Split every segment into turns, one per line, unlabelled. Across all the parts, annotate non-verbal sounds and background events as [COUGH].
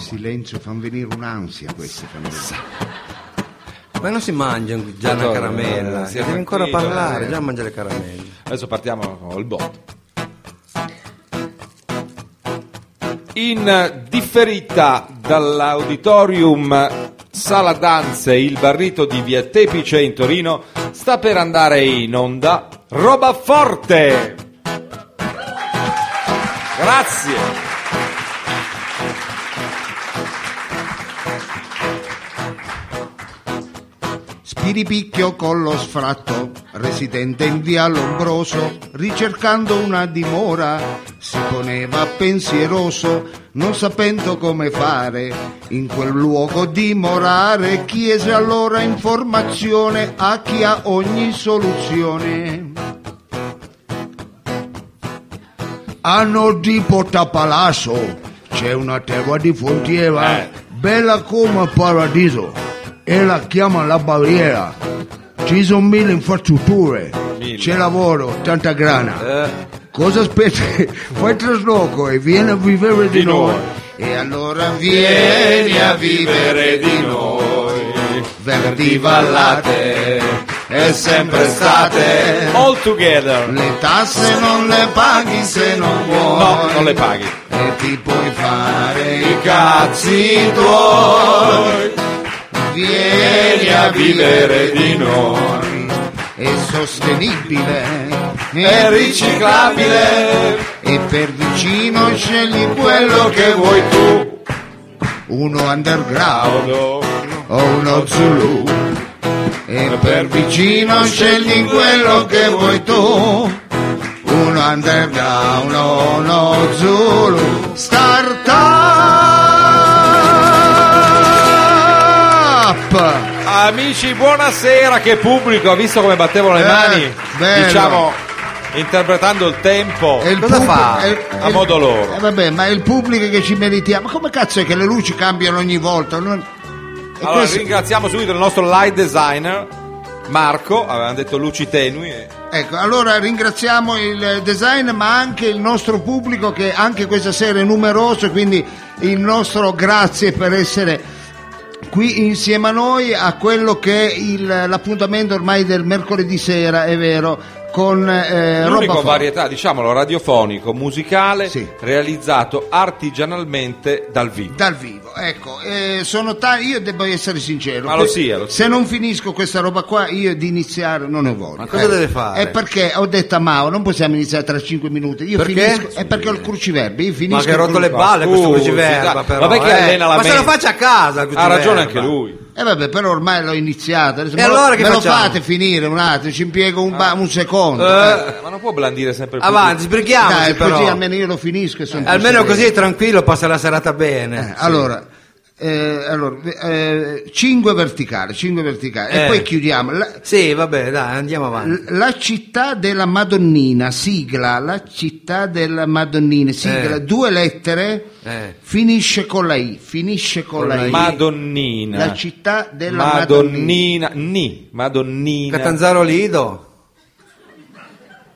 silenzio fanno venire un'ansia questi fanno venire.
Ma non si mangia già una
Dottore,
caramella,
eh,
si
sia
deve ancora
tranquillo,
parlare,
eh.
già mangia le caramelle.
Adesso partiamo col bot. In differita dall'auditorium Sala Danze, il barrito di Via Tepice in Torino, sta per andare in onda Roba Forte. Grazie.
Spiripicchio con lo sfratto, residente in via Lombroso, ricercando una dimora, si poneva pensieroso, non sapendo come fare in quel luogo dimorare, chiese allora informazione a chi ha ogni soluzione. Anno di Portapalazzo c'è una terra di
Eh.
frontiera, bella come paradiso, e la chiama la barriera. Ci sono mille infrastrutture,
Mille.
c'è lavoro, tanta grana.
Eh,
Cosa aspetti? [LAUGHS] Fai trasloco e vieni a vivere di,
Di noi.
noi. E allora vieni a vivere di
noi.
verdi vallate, è sempre estate.
All together.
Le tasse non le paghi se non vuoi.
No, non le paghi.
E ti puoi fare i cazzi tuoi. Vieni a vivere di noi. È sostenibile. È riciclabile. E per vicino scegli quello che vuoi tu. Uno underground o uno Zulu
Eh,
e per vicino scegli quello che vuoi tu un underground o uno Zulu startup
Amici, buonasera, che pubblico, ha visto come battevo le
Eh,
mani?
bello.
Diciamo, interpretando il tempo.
E il
Cosa
pub-
fa?
e-
A
e-
modo loro.
eh, vabbè ma è il pubblico che ci meritiamo ma come cazzo è che le luci cambiano ogni volta Non- e
Allora,
questo-
ringraziamo subito il nostro light designer, Marco, avevamo detto luci tenui. e-
Ecco, allora ringraziamo il design ma anche il nostro pubblico che anche questa sera è numeroso, quindi il nostro grazie per essere qui insieme a noi a quello che è il- l'appuntamento ormai del mercoledì sera, è vero, con eh, roba
L'unico
forte.
varietà, diciamolo, radiofonico, musicale,
Sì.
realizzato artigianalmente dal vivo.
dal vivo. Ecco, eh, sono ta- io devo essere sincero.
Ma lo
que-
sia, lo sia.
Se non finisco questa roba qua, io di iniziare non ne voglio.
Ma cosa
Eh,
deve fare?
È perché ho detto a Mao, non possiamo iniziare tra 5 minuti. Io
Perché?
finisco. È perché ho il cruciverbe. Io finisco.
ma che ha
il
rotto le
cruciverbe.
balle questo
Scusi,
cruciverba
dai,
però.
vabbè che
eh.
allena la
ma se lo
mente.
faccia a casa il
Ha ragione
cruciverba.
anche lui.
E Eh, vabbè, però ormai l'ho iniziato. Adesso
E
me lo-
allora che
me lo
facciamo? Ah.
fate finire un attimo, ci impiego un, ba- un secondo. eh.
Eh, ma non può blandire sempre il
Avanti, sbrighiamoci
Dai,
però. Eh,
così almeno io lo finisco e sono più
Almeno
sereno.
così è tranquillo, passa la serata bene.
Allora, eh, 5 verticali, 5 verticali.
Eh.
E poi chiudiamo. La-
Sì, vabbè, dai, andiamo avanti.
L- La città della Madonnina, sigla, la città della Madonnina, sigla,
Eh.
due lettere,
Eh.
finisce con la I, finisce con, la, I.
Madonnina.
La città della Madonnina.
Madonnina. Ni, Madonnina.
Catanzaro Lido.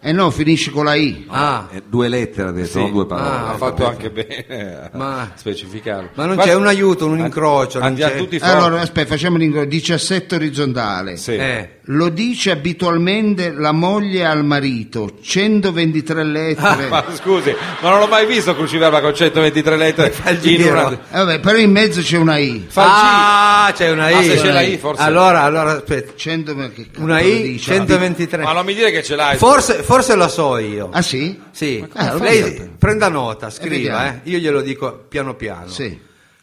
E Eh no, finisce con la I.
Ah,
Eh, due lettere ha detto,
Sì.
non due
Ah,
parole. eh,
ha fatto anche bene a
Ma-
specificarlo.
ma non c'è un aiuto, un
An-
incrocio, non
Andiamo
c'è. Eh,
tutti forti.
Allora, aspetta, facciamo l'incontro. 17 orizzontale.
Sì.
eh.
Lo dice abitualmente la moglie al marito, 123 lettere.
Ah,
Ah,
Ma scusi, ma non l'ho mai visto cruciverba con 123 lettere.
il
in
giro.
una-
Eh, vabbè, però in mezzo c'è una I.
Fa il
ah, c'è una I.
Ah, se c'è la I, forse-
Allora, allora, aspetta.
100 ma che cavolo
Una I,
dice?
123.
Ma non mi dire che ce l'hai.
Forse, forse la so io.
Ah sì?
Sì, Eh,
come fa?
lei prenda nota, scriva,
vediamo.
eh. io glielo dico piano piano.
Sì.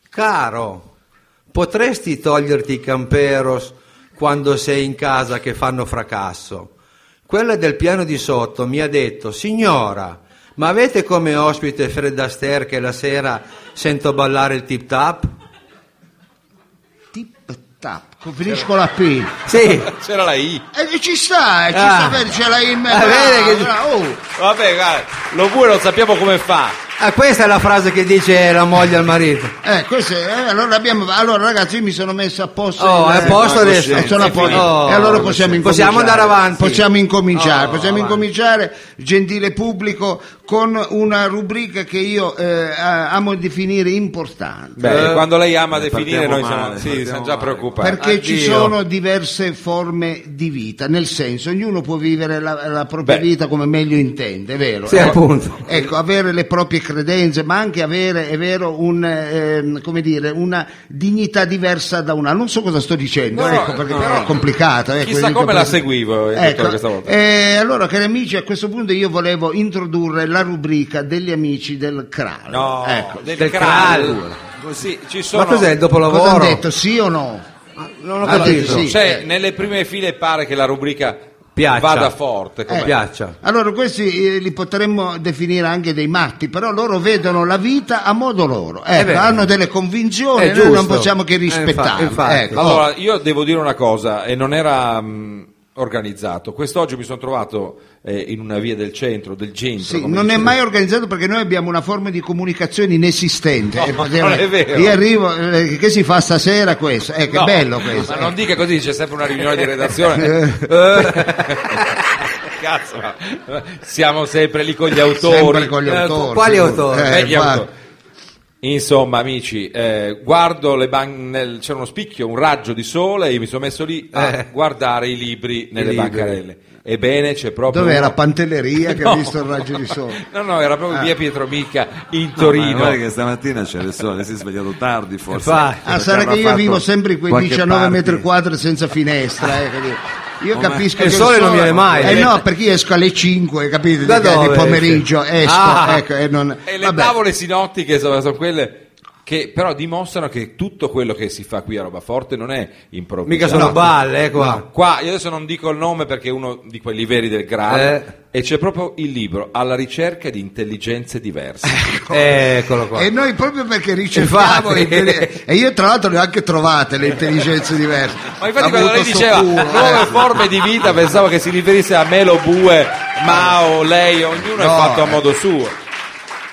Caro, potresti toglierti i camperos quando sei in casa che fanno fracasso? Quella del piano di sotto mi ha detto, signora, ma avete come ospite Fred Astaire che la sera sento ballare il tip tap?
Tip tap, co- finisce con la P.
Sì,
C'era la I.
E ci sta, eh, ci
Ah.
sta bene, ce l'hai in
Ah,
mezzo.
vede che-
Bravo, bravo, oh.
Vabbè, guarda, lo vuoi, lo sappiamo come fa.
Ah, questa è la frase che dice la moglie al marito.
Eh, questo è- eh, allora, abbiamo, allora ragazzi io mi sono messo a posto.
Oh,
Eh,
è a posto
eh,
adesso.
eh, sono a
È
posto.
finito.
e allora possiamo incominciare.
Possiamo andare avanti.
Possiamo incominciare,
Oh,
possiamo
avanti.
incominciare, gentile pubblico, con una rubrica che io eh, a- amo definire importante.
Beh,
Eh,
quando lei ama
eh,
definire,
partiamo
noi siamo,
male,
sì,
partiamo
siamo già
male.
preoccupati.
Perché ci
addio.
sono diverse forme di vita, nel senso ognuno può vivere la, la propria
Beh.
vita come meglio intende, è vero?
Sì,
Eh,
appunto.
Ecco, avere le proprie credenze, ma anche avere, è vero, un, ehm, come dire, una dignità diversa da una. Non so cosa sto dicendo,
No,
ecco, perché
no,
è
no.
complicato. ecco,
Chissà
io
come la
capisco-
seguivo, eh, dottore, questa volta.
eh, allora, cari amici, a questo punto io volevo introdurre la rubrica degli amici del Kral.
No,
ecco.
del,
Del
cral.
cral.
Così, ci sono...
Ma cos'è il
Cosa hanno
dopolavoro?
detto, sì o no?
Non ho
Ha detto
capito.
sì.
Cioè,
eh.
nelle prime file pare che la rubrica
Piaccia.
vada forte. com'è?
Eh. piaccia.
Allora, questi eh, li potremmo definire anche dei matti, però loro vedono la vita a modo loro. Ecco,
vero.
hanno delle convinzioni,
È
noi non
giusto.
possiamo che
Eh, infa-
rispettarle.
infatti.
Ecco.
Allora, io devo dire una cosa, e non era mh, organizzato. Quest'oggi mi sono trovato eh, in una via del centro, del centro.
Sì,
come
non
dice-
è mai organizzato perché noi abbiamo una forma di comunicazione inesistente.
No,
E potremmo-
non è vero.
Io arrivo, eh, che si fa stasera questo? Ecco,
No,
è bello questo.
Ma
eh.
non dica così, c'è sempre una riunione
[LAUGHS]
di redazione. Eh. [LAUGHS] Cazzo, ma- ma siamo sempre lì con gli autori.
Sempre con gli
Eh,
autori.
quali
sicuro.
autori?
Eh,
Eh, gli
infatti.
autori. Insomma, amici, eh, guardo le ban- nel- c'era uno spicchio, un raggio di sole e mi sono messo lì a
Eh.
guardare i libri nelle
libri.
bancarelle. Ebbene, c'è proprio
Dov'era
uno-
Pantelleria che
[LAUGHS] No.
ha visto il raggio di
[LAUGHS]
sole? Eh.
No, no, era proprio via Pietro Mica in
No, ma
Torino.
guarda che stamattina c'era il sole, si è svegliato tardi forse.
Infatti.
Ah,
Perché
sarà
avrà
che io
fatto
vivo sempre in quei
qualche
19
party.
metri quadri senza finestra. eh, capito? io
Oh, ma-
capisco
e il
che
sole non viene mai,
Eh
eh.
no, perché io esco alle 5, capite?
Da
di- di
dove
pomeriggio
esce?
esco,
Ah.
ecco, e non...
E le
vabbè.
tavole sinottiche sono, sono quelle che però dimostrano che tutto quello che si fa qui a Robaforte non è improvvisato.
Mica sono balle, eh, qua.
Qua io adesso non dico il nome perché è uno di quelli veri del Graal
Eh.
e c'è proprio il libro alla ricerca di
[LAUGHS]
intelligenze diverse.
Eccolo qua.
E noi proprio perché ricercavo
Infatti.
intelli- e io tra l'altro le ho anche trovate le intelligenze diverse.
[LAUGHS] Ma infatti
Ho
quando lei
avuto sto
diceva
culo,
nuove
eh.
forme di vita pensavo che si riferisse a Melo Bue, Mao, lei, ognuno è
No,
fatto a
eh.
modo suo.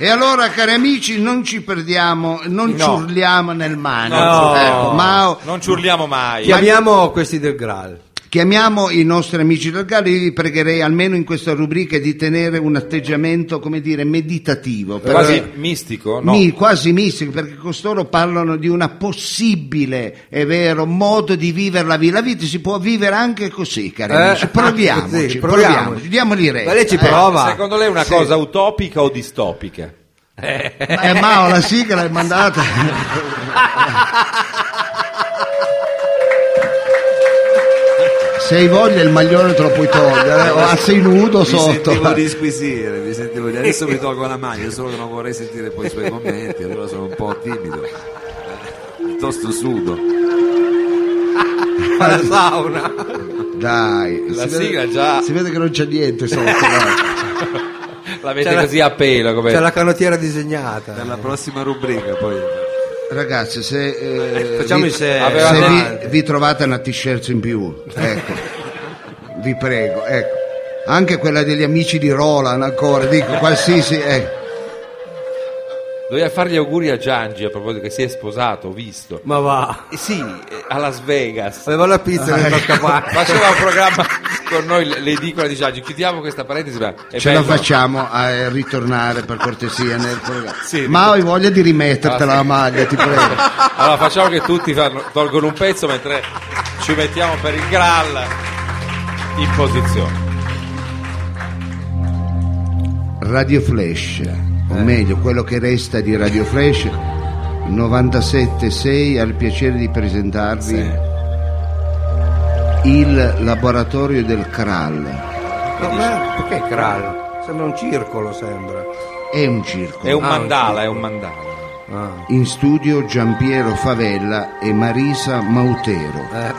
E allora, cari amici, non ci perdiamo, non ci
No.
urliamo nel mano.
No. Eh,
Ecco, Mao,
Non ci urliamo mai.
Chiamiamo questi del Graal.
Chiamiamo i nostri amici del Gallo, io vi pregherei almeno in questa rubrica di tenere un atteggiamento, come dire, meditativo, per-
Quasi mistico, no?
mi- quasi mistico, perché costoro parlano di una possibile, è vero, modo di vivere la vita. La vita si può vivere anche così, cari
Eh,
amici,
anche così,
proviamoci, proviamoci,
proviamoci.
diamogli retta.
Ma lei ci
eh.
prova.
Secondo lei è una cosa utopica o distopica?
Eh, Mao, la sigla l'hai mandata. Se hai voglia il maglione te lo puoi togliere, o ah, sei nudo
Mi sentivo
sotto. [LAUGHS]
di squisire, mi sentivo di... Adesso mi tolgo la maglia, solo che non vorrei sentire poi i suoi commenti, allora sono un po' timido. Piuttosto sudo.
Alla sauna.
Dai,
La
si vede-
sigla già-
Si vede che non c'è niente sotto. no?
La vede
C'è la-
così a pelo come...
C'è la canottiera disegnata.
Per la prossima rubrica poi...
Ragazzi, se, eh,
Facciamo
vi,
il se-
Aveva
se
detto-
vi, vi trovate una t-shirt in più, ecco, vi prego, ecco. Anche quella degli amici di Roland ancora, dico qualsiasi. eh.
Doveva fare gli auguri a Giangi a proposito che si è sposato, ho visto.
Ma va. Eh.
Eh sì, eh, a Las Vegas.
Aveva la pizza nel scappare.
Faceva un programma con noi, l- l'edicola di Giangi. Chiudiamo questa parentesi. ma è
Ce
bello.
la facciamo a ritornare per cortesia nel programma.
[LAUGHS] Sì,
Ma hai voglia di rimettertela
Ah,
la maglia, ti
[LAUGHS]
prego.
Allora facciamo che tutti fanno- tolgono un pezzo mentre ci mettiamo per il Graal in posizione.
Radio Flash, o
Eh.
meglio, quello che resta di Radio Flash 976 ha il piacere di presentarvi il laboratorio del Kral.
Com'è? Eh, Perché Graal? Sembra un circolo, sembra.
È un circo.
È un
Ah,
mandala, è un mandala.
Ah.
In studio Giampiero Favella e Marisa Mautero.
Eh.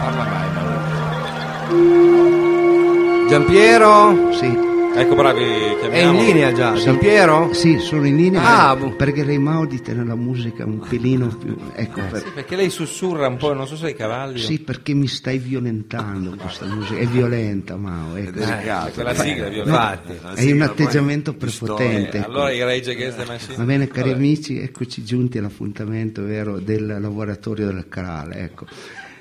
Parla mai, Mauro.
Giampiero?
Sì.
Ecco, bravi,
È in
chiamiamolo.
linea già, Gian Piero?
Sì, sono in linea.
Ah,
per-
bu-
Pregherei Mao di tenere la musica un pelino più. Ecco, per-
Perché lei sussurra un po', non so se ai cavalli.
sì, perché mi stai violentando con questa musica. È violenta, Mao. ecco. Eh,
delicato.
perché la sigla è violenta.
Infatti.
La
Hai un
sigla, poi,
atteggiamento
di storia.
prepotente. ecco.
Eh, allora i Rage Against the Machine.
Va bene, cari amici, eccoci giunti all'appuntamento vero del laboratorio del Crale. Ecco.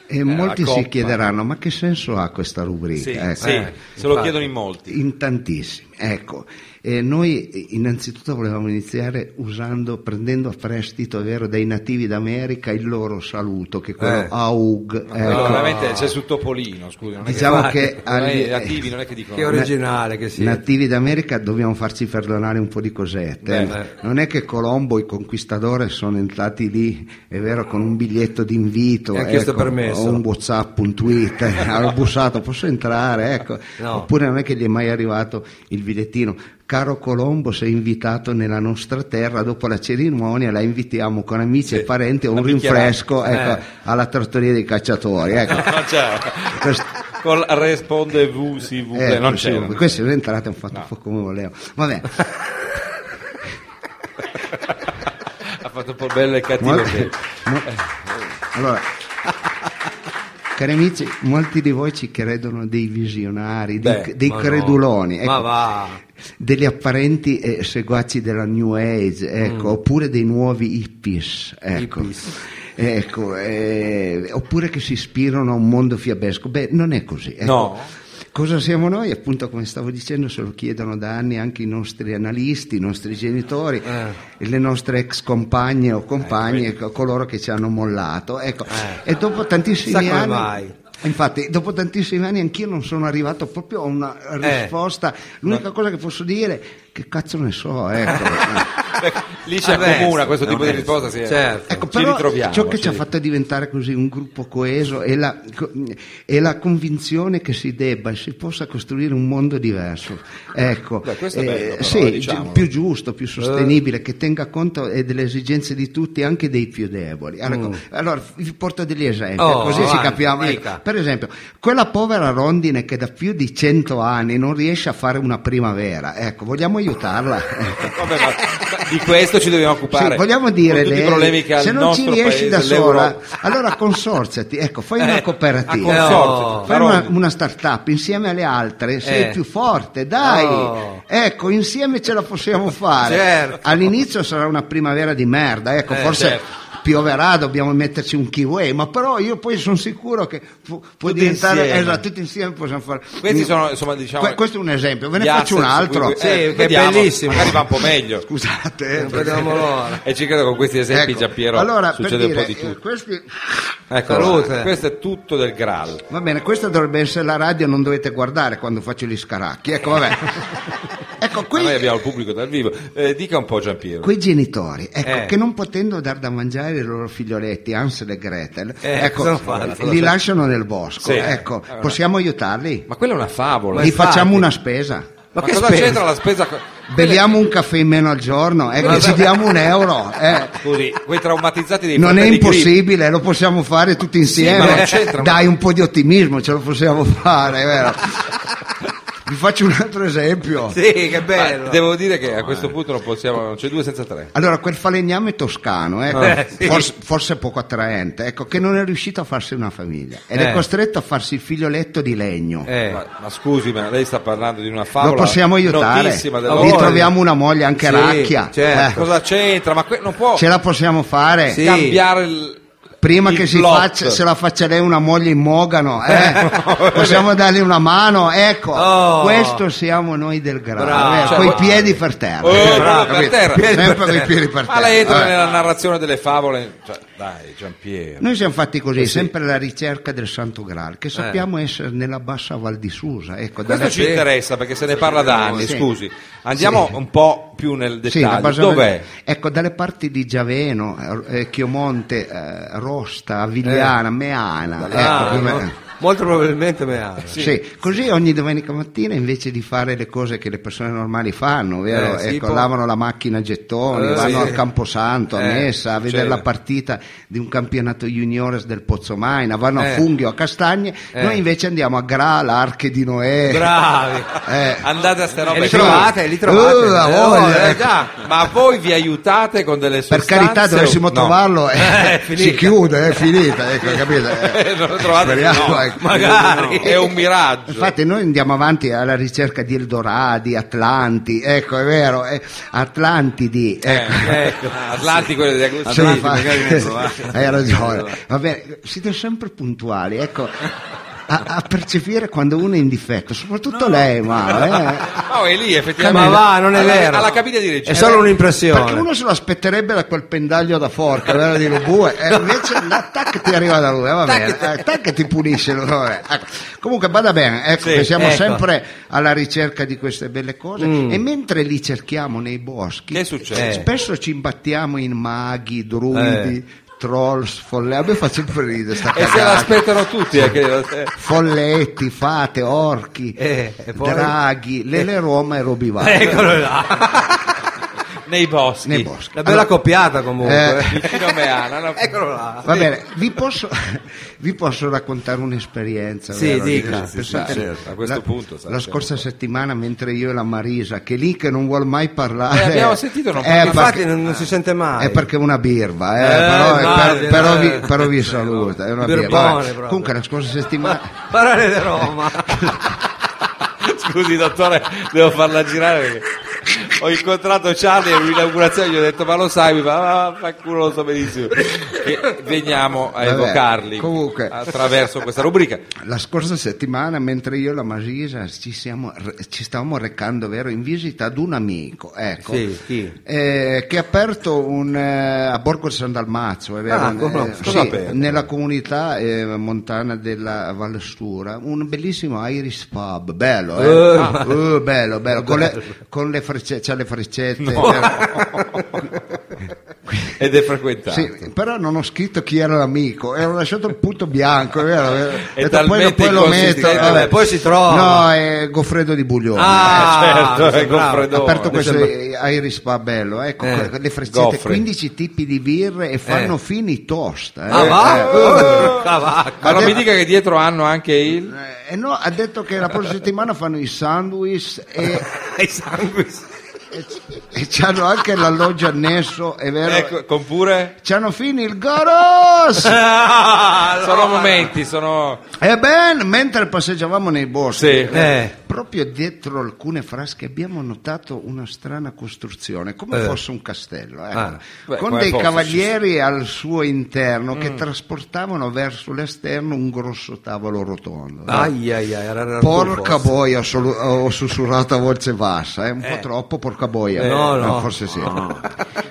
E molti
la
si
coppa.
chiederanno: ma che senso ha questa rubrica?
Sì,
Ecco.
sì,
Eh.
se lo chiedono in molti.
In tantissimi, ecco. Eh, noi innanzitutto volevamo iniziare usando, prendendo a prestito, è vero, dai nativi d'America il loro saluto, che è quello
Eh.
AUG.
No,
ecco.
veramente c'è su Topolino, scusi. Non è
Diciamo
che,
che agli-
attivi, non è che dicono.
Che originale che sia.
Nativi d'America dobbiamo farci perdonare un po' di cosette. eh.
Beh, beh.
Non è che Colombo e il conquistadore sono entrati lì, è vero, con un biglietto d'invito ecco,
E ha chiesto permesso.
o un WhatsApp, un tweet, eh,
[LAUGHS]
hanno bussato, posso entrare? Ecco.
No.
Oppure non è che gli è mai arrivato il bigliettino. Caro Colombo, sei invitato nella nostra terra, dopo la cerimonia la invitiamo con amici e parenti a un
una bicchierata.
rinfresco ecco,
Eh.
alla trattoria dei cacciatori.
[LAUGHS]
Ecco.
[LAUGHS] No, c'è.
Questo-
Col risponde vous, si vous plaît,
eh,
non
sì,
c'è.
Queste sono entrate hanno fatto un po' come volevo.
[LAUGHS]
Vabbè,
Ha fatto un po' bello e cattivo.
mol-
che-
mo- allora, cari amici, molti di voi ci credono dei visionari, dei,
Beh,
dei
Ma no.
creduloni.
Ma
ecco,
va.
Degli apparenti eh, seguaci della New Age, ecco, oppure dei nuovi hippies, ecco. Ecco, eh, oppure che si ispirano a un mondo fiabesco. Beh, non è così. ecco.
No.
Cosa siamo noi? Appunto, come stavo dicendo, se lo chiedono da anni anche i nostri analisti, i nostri genitori,
Eh.
e le nostre ex compagne o compagne, co- coloro che ci hanno mollato. Ecco. E dopo tantissimi
Eh. Sa come
anni.
mai?
Infatti, dopo tantissimi anni anch'io non sono arrivato proprio a una
Eh.
risposta. L'unica cosa che posso dire che cazzo ne so, ecco.
[LAUGHS]
Lì c'è
Vabbè,
comuna questo tipo di
è-
risposta. Sì.
certo.
Ecco,
Ci
però
ritroviamo,
ciò che
ci
ci ha
rit-
fatto diventare così un gruppo coeso è la, è la convinzione che si debba e si possa costruire un mondo diverso. Ecco,
Beh, questo è bello, però,
sì,
eh, diciamolo. Eh.
gi- più giusto, più sostenibile, che tenga conto eh, delle esigenze di tutti, anche dei più deboli.
Mm.
Allora, ecco, allora, vi porto degli esempi,
Oh,
così si
avanti,
capiamo. Ecco,
dica.
per esempio, quella povera rondine che da più di 100 anni non riesce a fare una primavera, ecco, vogliamo aiutarla? [LAUGHS] Ecco.
Vabbè, ma di questo ci dobbiamo occupare.
Sì, vogliamo dire
Con tutti i
lei,
problemi che ha
se
il
non ci
nostro
riesci
paese,
da sola,
l'Europa. Eh,
allora consorziati, ecco, fai una
a
cooperativa.
consorzio,
No.
Fai
però-
una, una start-up insieme alle altre, sei
Eh.
più forte, dai!
Oh.
Ecco, insieme ce la possiamo fare.
Certo.
All'inizio sarà una primavera di merda, ecco,
Eh,
forse
certo.
pioverà, dobbiamo metterci un kiwi, ma però io poi sono sicuro che pu- può
Tutti
diventare...
insieme.
Esatto, tutti insieme possiamo fare...
Questi sono, insomma, diciamo,
Que- questo è un esempio, ve ne
gli
faccio un
asset su
altro.
cui-
Sì,
eh,
che è
vediamo,
bellissimo.
Magari va un po' meglio.
Scusate, eh,
Non vediamo l'ora.
E ci credo con questi esempi,
Ecco,
già Piero,
allora, per
succede un po'
dire,
di
eh,
tutto.
questi-
Ecco,
eh, salute.
questo è tutto del Graal.
va bene, questa dovrebbe essere la radio, non dovete guardare quando faccio gli scaracchi. Ecco,
[LAUGHS]
vabbè. ecco, qui,
Noi abbiamo il pubblico dal vivo. Eh, dica un po' Giampiero.
quei genitori ecco,
Eh.
che non potendo dar da mangiare ai loro figlioletti, Hansel e Gretel,
Eh,
ecco,
cosa fanno?
li lasciano nel bosco.
Sì.
Ecco, possiamo aiutarli?
Ma quella è una favola.
Gli
Ma,
infatti.
facciamo una spesa?
che
cosa
spesa?
c'entra la spesa? co-
Beviamo un caffè in meno al giorno? Ecco, ci diamo un euro. eh.
Scusi, quei traumatizzati dei
Non è
fratelli Grimm.
impossibile, lo possiamo fare tutti
ma non
insieme.
c'entra, ma-
Dai un po' di ottimismo, ce lo possiamo fare, è vero? Vi faccio un altro esempio.
[LAUGHS] Sì, che
Ma
bello.
Devo dire che a
Eh.
questo punto non possiamo, non c'è due senza tre.
Allora, quel falegname toscano, ecco,
Eh, sì.
forse, forse poco attraente, ecco, che non è riuscito a farsi una famiglia ed
Eh.
è costretto a farsi il figlioletto di legno.
Eh,
Ma, ma scusi, ma lei sta parlando di una favola.
Lo possiamo aiutare,
notissima della
gli
voglia.
troviamo una moglie anche
Sì,
racchia,
certo.
eh,
Cosa c'entra? Ma que- non può
ce la possiamo fare.
Sì.
cambiare il.
Prima
il
che si
plot.
faccia, se la faccia lei una moglie in mogano,
[LAUGHS]
eh? possiamo dargli una mano, ecco,
Oh.
questo siamo noi del
Bravo.
grado,
Cioè,
con
ma-
i piedi per terra,
Eh,
Eh,
bravo, per
capito?
terra.
sempre con i piedi per terra.
Ma lei entra
Eh.
nella narrazione delle favole. Cioè, dai, Giampiero.
Noi siamo fatti così,
Eh
sempre alla ricerca del Santo Graal, che sappiamo essere nella bassa Val di Susa, ecco,
Questo
dalla-
ci interessa perché se ne parla da anni,
Sì.
scusi. Andiamo
Sì.
un po' più nel
Sì, la
dettaglio.
bassa
Dov'è? [LAUGHS]
Ecco, dalle parti di Giaveno, eh, Chiomonte, eh, Rosta, Avigliana, Meana.
Ah,
ecco,
no.
come-
Molto probabilmente me ha.
Sì. così ogni domenica mattina invece di fare le cose che le persone normali fanno, vero?
Eh,
ecco,
tipo-
lavano la macchina a gettoni,
Eh,
vanno
sì.
a Camposanto, a
Eh,
Messa, a vedere
certo.
la partita di un campionato juniores del Pozzomaina, vanno
Eh.
a Funghio, a Castagne,
Eh.
noi invece andiamo a Gra, l'arche di Noè.
Bravi. [LAUGHS]
Eh,
Andate a ste
E
robe.
li
sì.
trovate, li trovate.
Eh, la voglia.
eh, già.
Ma voi vi aiutate con delle
per
sostanze?
carità, dovessimo
o- no.
trovarlo, eh,
Eh, è finita.
si chiude, è finita, ecco, capito? Eh,
Eh, non lo trovate,
speriamo,
no.
ecco.
Magari. È un miraggio.
Infatti noi andiamo avanti alla ricerca di Eldoradi, Atlanti, ecco è vero, eh, Atlantidi, ecco.
Eh, ecco. Atlanti, quello degli agostini.
Sì,
Atlanti,
fa-
magari
[LAUGHS]
ne trovate.
hai ragione. Va bene, siete sempre puntuali, ecco, a, a percepire quando uno è in difetto, soprattutto lei, ma eh.
No, è lì,
Ma
effettivamente.
va, non è
Alla-
vero.
Alla cabina di regia.
È solo
Perché
un'impressione.
uno se lo aspetterebbe da quel pendaglio da forca, vero di Lubue,
[LAUGHS]
e invece là, tac ti arriva da lui, eh, va bene, eh, tac ti pulisce. lui, va bene. Ecco. Comunque vada bene, ecco
Sì,
che siamo
ecco. Mm.
sempre alla ricerca di queste belle cose e mentre li cerchiamo nei boschi,
Che succede?
eh, spesso ci imbattiamo in maghi, druidi,
Eh.
troll, folletti, a me fa sempre ridere
[LAUGHS]
sta
E Eh, se
cagata.
l'aspettano tutti. eh, che- eh.
Folletti, fate, orchi,
Eh, e poi?
draghi, Lele Roma e Robivato.
Eh, Eccolo là.
Nei boschi.
Nei boschi.
Una bella coppiata comunque.
Eh.
Vicino a
[LAUGHS]
Meana. no?
Eccolo là.
Va bene, vi posso, [LAUGHS] vi posso raccontare un'esperienza.
Sì,
vero?
dica.
Sì, sì, sì,
certo,
sì.
a questo
la,
punto, sai,
La
siamo
scorsa settimana, mentre io e la Marisa, che lì che non vuol mai parlare.
Eh, abbiamo sentito, non
è
Infatti
perché,
non, non si sente mai.
è perché è una birva, eh,
Eh,
però,
immagino,
per- però
eh.
vi, però vi saluta. È una
Birbone,
birra. Vabbè,
proprio.
Comunque, la scorsa settimana.
Parole di Roma.
Scusi, dottore, devo farla girare perché ho incontrato Charlie all'inaugurazione. Gli ho detto, ma lo sai, mi fa, "Ah, fa culo, lo so benissimo. Che veniamo a
Vabbè,
evocarli
comunque.
attraverso questa rubrica.
La scorsa settimana, mentre io e la Marisa ci, siamo- ci stavamo recando vero, in visita ad un amico, ecco,
Sì, chi?
eh, che ha aperto un, eh, a Borgo di San Dalmazzo, è vero,
Ah, come-
eh,
cosa
sì,
ha aperto?
nella comunità eh, montana della Valstura, un bellissimo Iris Pub, bello, eh?
Eh,
Ah, eh, bello, bello, con
[LAUGHS]
le, con le frecce- c'ha le freccette. vero?
Ed è frequentato.
Sì, però non ho scritto chi era l'amico, e ho lasciato il punto bianco, è vero? È vero.
[LAUGHS]
Detto, poi
È
lo-
talmente
poi lo metto,
inconsistente,
vabbè.
vabbè, Eh, poi si trova.
No, è Goffredo di Buglione. cioè,
Ah,
certo,
mi
è
sembrava.
Ha
Goffredo.
aperto
mi
questo
sembra-
eh, Iris Pabello, ecco,
Eh,
que- le freccette,
Goffre.
15 tipi di birre e fanno
Eh.
fini tosta. eh.
Ah, va?
Eh,
Ah, va.
Ma non mi dica che dietro hanno anche il.
eh, eh, no, ha detto che la prossima settimana fanno i sandwich e,
Ai sangui.
e c'hanno anche l'alloggio annesso, è vero?
Ecco, con pure.
C'hanno fini il
[LAUGHS]
Goros!
Ah,
Sono
allora.
momenti, sono.
Ebbene, mentre passeggiavamo nei boschi,
Sì.
Eh.
proprio dietro alcune frasche abbiamo notato una strana costruzione, come
Eh.
fosse un castello, ecco,
Ah.
Beh,
con
come
dei
fosse, Mm.
cavalieri al suo interno che trasportavano verso l'esterno un grosso tavolo rotondo.
Ai, ai, ai, era- era
Porca
Rudolfo.
boia, ho, solu- ho sussurrato a voce bassa, è un po' troppo porca boia,
Eh, no, no. Eh.
Eh, forse sì.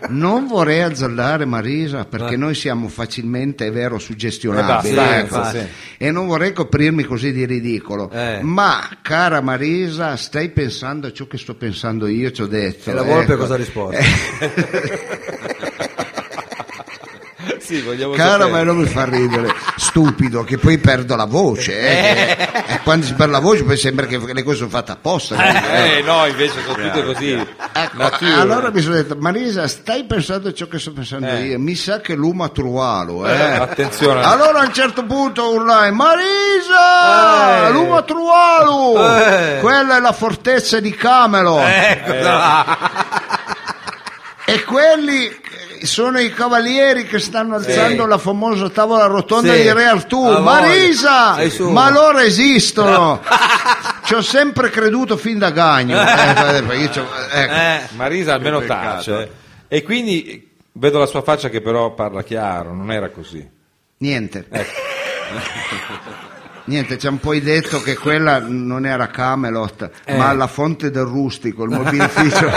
Non vorrei azzardare Marisa perché noi siamo facilmente, è vero,
Eh,
suggestionabili
basta,
ecco.
basta, sì.
e non vorrei coprirmi così di ridicolo.
Eh.
Ma cara Marisa, stai pensando a ciò che sto pensando io, ci ho detto.
E la volpe
ecco.
cosa ha risposto?
Sì, vogliamo
Cara,
cioè?
sapere.
ma non mi fa ridere, stupido, che poi perdo la voce. eh, che- e quando si perde la voce poi sembra che le cose sono fatte apposta. capito?
Eh, no, invece sono tutte così.
Ecco,
nature.
allora mi sono detto, Marisa, stai pensando a ciò che sto pensando
Eh.
io? Mi sa che l'uma trualo. Eh.
Attenzione.
Allora a un certo punto urlai, Marisa,
Eh.
l'uma trualo,
Eh.
quella è la fortezza di Camelo.
Ecco, là.
E quelli eh, sono i cavalieri che stanno alzando la famosa tavola rotonda
Sì.
di Re Artù.
Ah,
Marisa,
voglio. Sei su.
ma loro esistono.
[LAUGHS]
Ci ho sempre creduto fin da Gagno. Eh, io c'ho- ecco.
Eh.
Marisa almeno
Che peccato.
tace. E quindi eh, vedo la sua faccia che però parla chiaro, non era così.
Niente. Niente, ci hanno poi detto che quella non era Camelot, ma la fonte del rustico, il mobilificio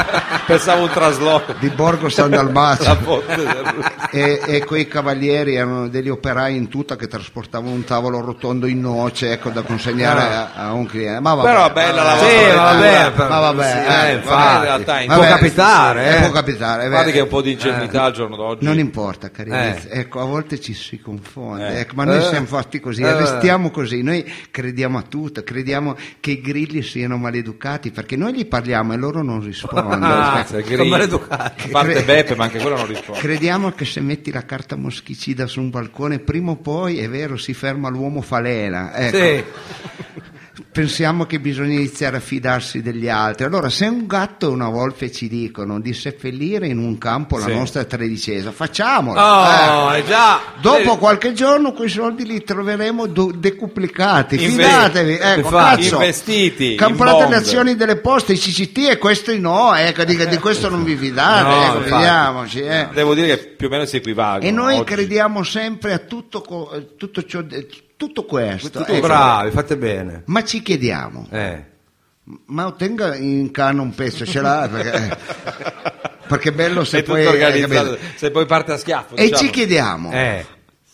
Pensavo un trasloco. Oh,
di Borgo San
La
Dalmazzo.
fonte del-
E, e quei cavalieri erano degli operai in tuta che trasportavano un tavolo rotondo in noce ecco, da consegnare a, a un cliente. Ma vabbè,
Però bella la
Sì,
vostra
vabbè,
lettura.
però-
ma vabbè,
sì,
eh,
eh,
vabbè, in
infatti.
realtà, in-
può
Vabbè,
capitare,
eh,
eh.
può capitare, è
Guarda
vero.
che un po' di ingenuità al giorno d'oggi.
eh. Non importa, cari
Eh.
amici, ecco, a volte ci si confonde,
Eh.
ecco, ma noi
Eh.
siamo fatti così,
Eh.
restiamo così. così. Noi crediamo a tutto, crediamo che i grilli siano maleducati perché noi gli parliamo e loro non rispondono.
[LAUGHS]
Ah,
Cioè,
grilli.
maleducati.
A parte Beppe, ma anche quello non risponde.
Crediamo che se metti la carta moschicida su un balcone, prima o poi è vero, si ferma l'uomo falena. Ecco. Pensiamo che bisogna iniziare a fidarsi degli altri. Allora, se un gatto e una volpe ci dicono di seppellire in un campo la
Sì.
nostra tredicesima, facciamolo.
Oh,
Eh.
è già.
Dopo qualche giorno quei soldi li troveremo do- decuplicati,
Inve-
fidatevi, ecco,
Infatti,
cazzo.
investiti in
Campionate
bond.
nazioni delle poste, i CCT e questi no, ecco, di, di questo non vi fidate,
No,
ecco,
infatti.
vediamoci. eh.
Devo dire che più o meno si equivalgono.
E noi
oggi.
crediamo sempre a tutto, co- eh, tutto ciò, eh, tutto questo.
Tutto
ecco.
bravi, fate bene.
Ma ci chiediamo,
Eh.
ma ottenga in canna un pezzo, ce l'ha
[LAUGHS]
perché, perché è bello
Sei
se
tutto
poi... eh,
organizzato,
capito?
se poi parte a schiaffo.
E
diciamo.
ci chiediamo,
Eh.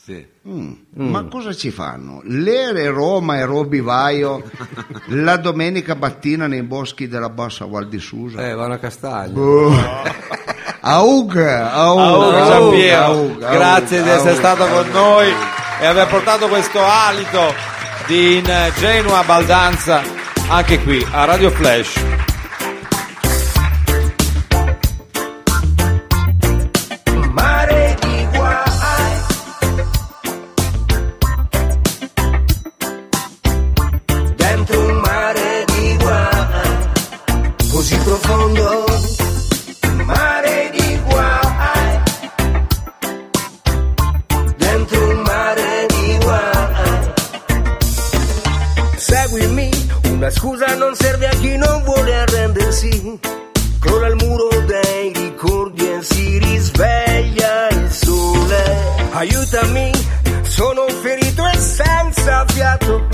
Sì.
Mm, Ma cosa ci fanno? L'ere Roma e
[LAUGHS]
Robivaio la domenica mattina nei boschi della bassa Val di Susa.
Eh, vanno a Castagno.
[LAUGHS]
Boh. Aug, aug,
Aug,
aug,
Gian Piero,
aug,
grazie
aug,
di essere
aug.
stato con noi e aver portato questo alito di ingenua baldanza anche qui a Radio Flash.
mare di guai. Dentro un mare di guai, così profondo, mare di guai. Dentro un mare di guai. Seguimi, una scusa non serve a chi non vuole arrendersi. Crolla il muro dei ricordi e si risveglia il sole. Aiutami, sono ferito e senza fiato.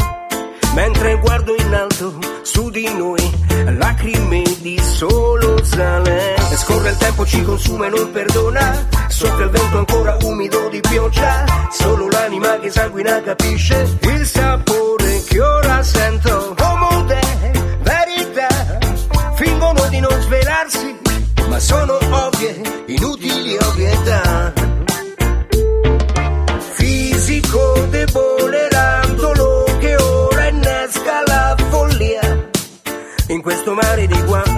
Mentre guardo in alto su di noi, lacrime di solo sale. Scorre il tempo, ci consuma e non perdona. Sotto il vento ancora umido di pioggia, solo l'anima che sanguina capisce il sapore che ora sento. Comode, verità fingono di non svelarsi, ma sono ovvie, inutili ovvietà. Fisico debole randolo che ora innesca la follia in questo mare di guai.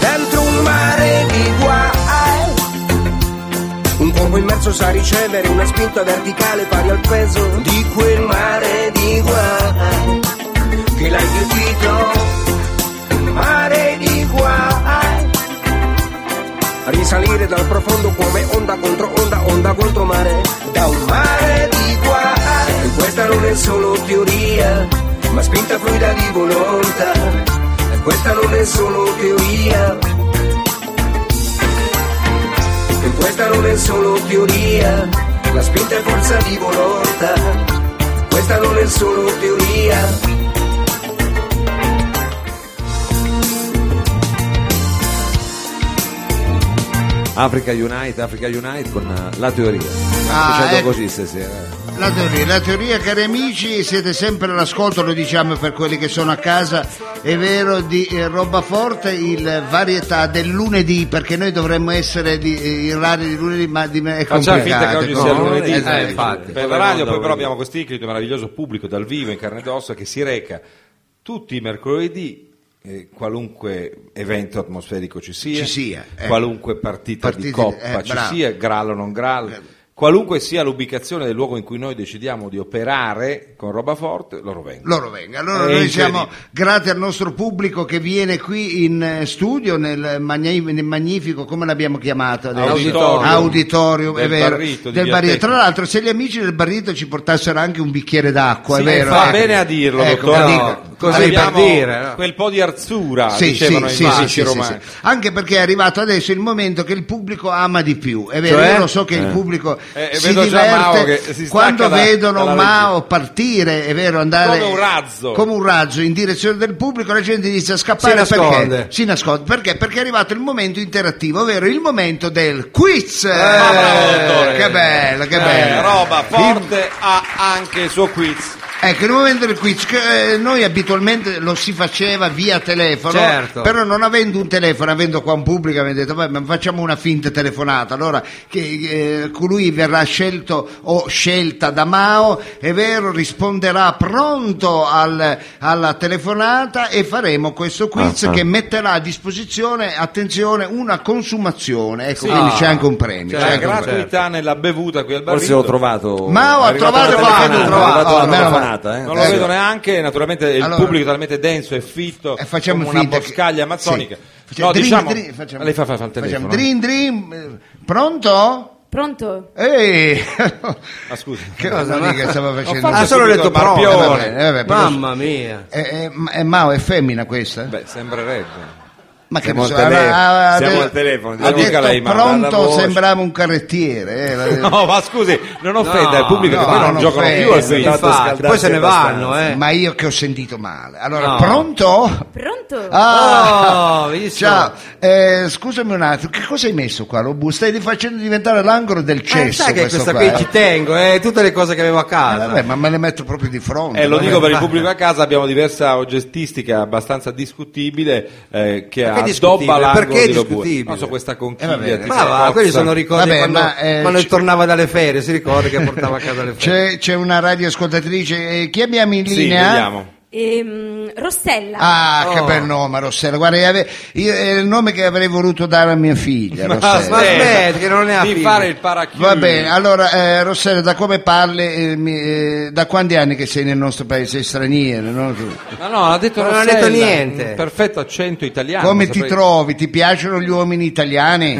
Dentro un mare di guai un corpo immerso sa ricevere una spinta verticale pari al peso di quel mare di guai che l'ha inghiottito. Mare di guai. Risalire dal profondo come onda contro onda, onda contro mare, da un mare di guai. E questa non è solo teoria, ma spinta fluida di volontà. E questa non è solo teoria, e questa non è solo teoria, la spinta è forza di volontà. Questa non è solo teoria.
Africa Unite, Africa Unite con eh, la teoria.
Ah,
Facendo
ecco.
così stasera.
La teoria, la teoria, cari amici, siete sempre all'ascolto, lo diciamo per quelli che sono a casa, è vero, di eh, Roba Forte, il varietà del lunedì, perché noi dovremmo essere di, eh, in radio di lunedì, ma di me è
Facciamo
complicato.
finta che oggi
no?
sia lunedì.
Eh,
esatto.
eh,
infatti.
Per la radio poi però abbiamo questo inclito meraviglioso pubblico dal vivo in carne ed ossa che si reca tutti i mercoledì eh, qualunque evento atmosferico ci sia,
Ci sia, eh.
qualunque partita
Partite-
di coppa
eh,
ci
bravo. Eh.
sia, grallo o non grallo, qualunque sia l'ubicazione del luogo in cui noi decidiamo di operare con roba forte, loro vengono.
Loro venga, allora
È
noi siamo
incredibile.
grati al nostro pubblico che viene qui in eh, studio nel, magni- nel magnifico, come l'abbiamo chiamato adesso?
Auditorium.
Auditorium,
Del
è vero,
Barrito di
del
Via
Barrito.
Tecnica.
Tra l'altro se gli amici del Barrito ci portassero anche un bicchiere d'acqua,
Sì,
è vero.
fa
ecco.
bene a dirlo,
Ecco,
dottore.
dico,
no, così
avrebbe-
abbiamo
per dire, no?
quel po' di arzura,
Sì,
dicevano
sì,
i
sì,
magici
sì, sì,
romani.
sì, sì. Anche perché è arrivato adesso il momento che il pubblico ama di più. È vero,
Cioè?
io lo so che il pubblico
Eh,
si
vedo già Mao
diverte
che si stacca
quando
da-
vedono
dalla
Mao partire, è vero, andare
Come un razzo.
come un razzo in direzione del pubblico, la gente inizia a scappare
Si
perché
nasconde.
si nasconde. Perché? Perché è arrivato il momento interattivo, ovvero il momento del quiz. Ah,
bravo, Eh, dottore.
che bello, che
Eh,
bello.
roba
Il-
forte ha anche il suo quiz.
Ecco, il momento del quiz, che, eh, noi abitualmente lo si faceva via telefono,
Certo.
però non avendo un telefono, avendo qua un pubblico, abbiamo detto, "Beh, ma facciamo una finta telefonata, allora che, eh, colui verrà scelto o scelta da Mao, è vero, risponderà pronto al- alla telefonata e faremo questo quiz
Ah, ah.
che metterà a disposizione, attenzione, una consumazione, ecco,
Sì.
quindi
Ah.
c'è anche un premio.
Cioè,
Certo.
c'è
la
anche un
grazie.
premio.
gratuità nella bevuta qui al barrito.
Forse l'ho trovato.
Ma ho
È arrivata
trovato
la
qua,
telefonata,
ho
è
trovato.
arrivata
Oh,
la
meno male.
telefonata, eh.
Non lo
Eh.
vedo neanche, naturalmente il
Allora-
pubblico è talmente denso e fitto,
E facciamo
come una
finta che-
boscaglia amazzonica.
Sì.
No,
Facciamo- drin,
diciamo,
drin, facciamo-
lei fa, fa, fa il
facciamo
telefono.
drin, drin, eh, pronto?
Pronto?
Ehi! [LAUGHS]
Ah, scusa.
che cosa lì che stava facendo?
fatto
Ha solo
subito
detto
il marpione.
pronto.
Eh, vabbè, però-
Mamma mia.
Eh, eh, ma- eh, Mao è femmina questa?
Beh, sembrerebbe.
ma che
siamo
ne
al tele-
allora,
siamo
ah, de-
al telefono,
ha
diciamo.
Dica
detto
lei, Mao.
Dalla
pronto
voce.
sembrava un carrettiere. eh, vabbè.
No, ma scusi, non offenda il pubblico
no,
che poi non,
non
giocano
offende.
più al
Sì,
film.
Intanto
Infatti, poi se ne
scaldarsi
vanno, eh.
Ma io che ho sentito male. Allora,
No.
pronto?
Pronto?
Ah,
Oh, visto.
ciao. Eh, scusami un attimo, che cosa hai messo qua, Robu? Stai facendo diventare l'angolo del
Eh,
cesso
sai che
questo
questa
qua,
qui
eh?
ci tengo, eh, tutte le cose che avevo a
Eh,
casa.
vabbè, ma me le metto proprio di fronte.
Eh, lo
vabbè.
dico per il pubblico a casa, abbiamo diversa oggettistica abbastanza discutibile eh, che
discutibile?
addobba l'angolo
Perché
di Lobue.
discutibile?
Non so, questa
Eh, va
conchiglia.
bene.
ti
Ma va,
scozza.
quelli sono ricordi
Vabbè,
quando,
ma, eh,
quando
ci-
tornava dalle ferie, si ricorda che portava a casa le ferie.
C'è, c'è una radioascoltatrice, eh, chi abbiamo in
Sì,
linea?
vediamo.
Ehm, Rossella.
Ah, che
Oh.
bel nome, Rossella. Guarda, ave- io- è il nome che avrei voluto dare a mia figlia,
Ah,
Rossella.
Ma smetti, che non ne ha
di
figli.
fare il parachiudo.
Va bene, allora eh, Rossella, da come parli, eh, mi- eh, da quanti anni che sei nel nostro paese? Sei straniero, no?
No, no, ha detto
Ma non ha
Rossella,
detto niente.
un Perfetto accento
Ah,
italiano.
Come ti
saprei-
trovi? Ti piacciono gli uomini italiani?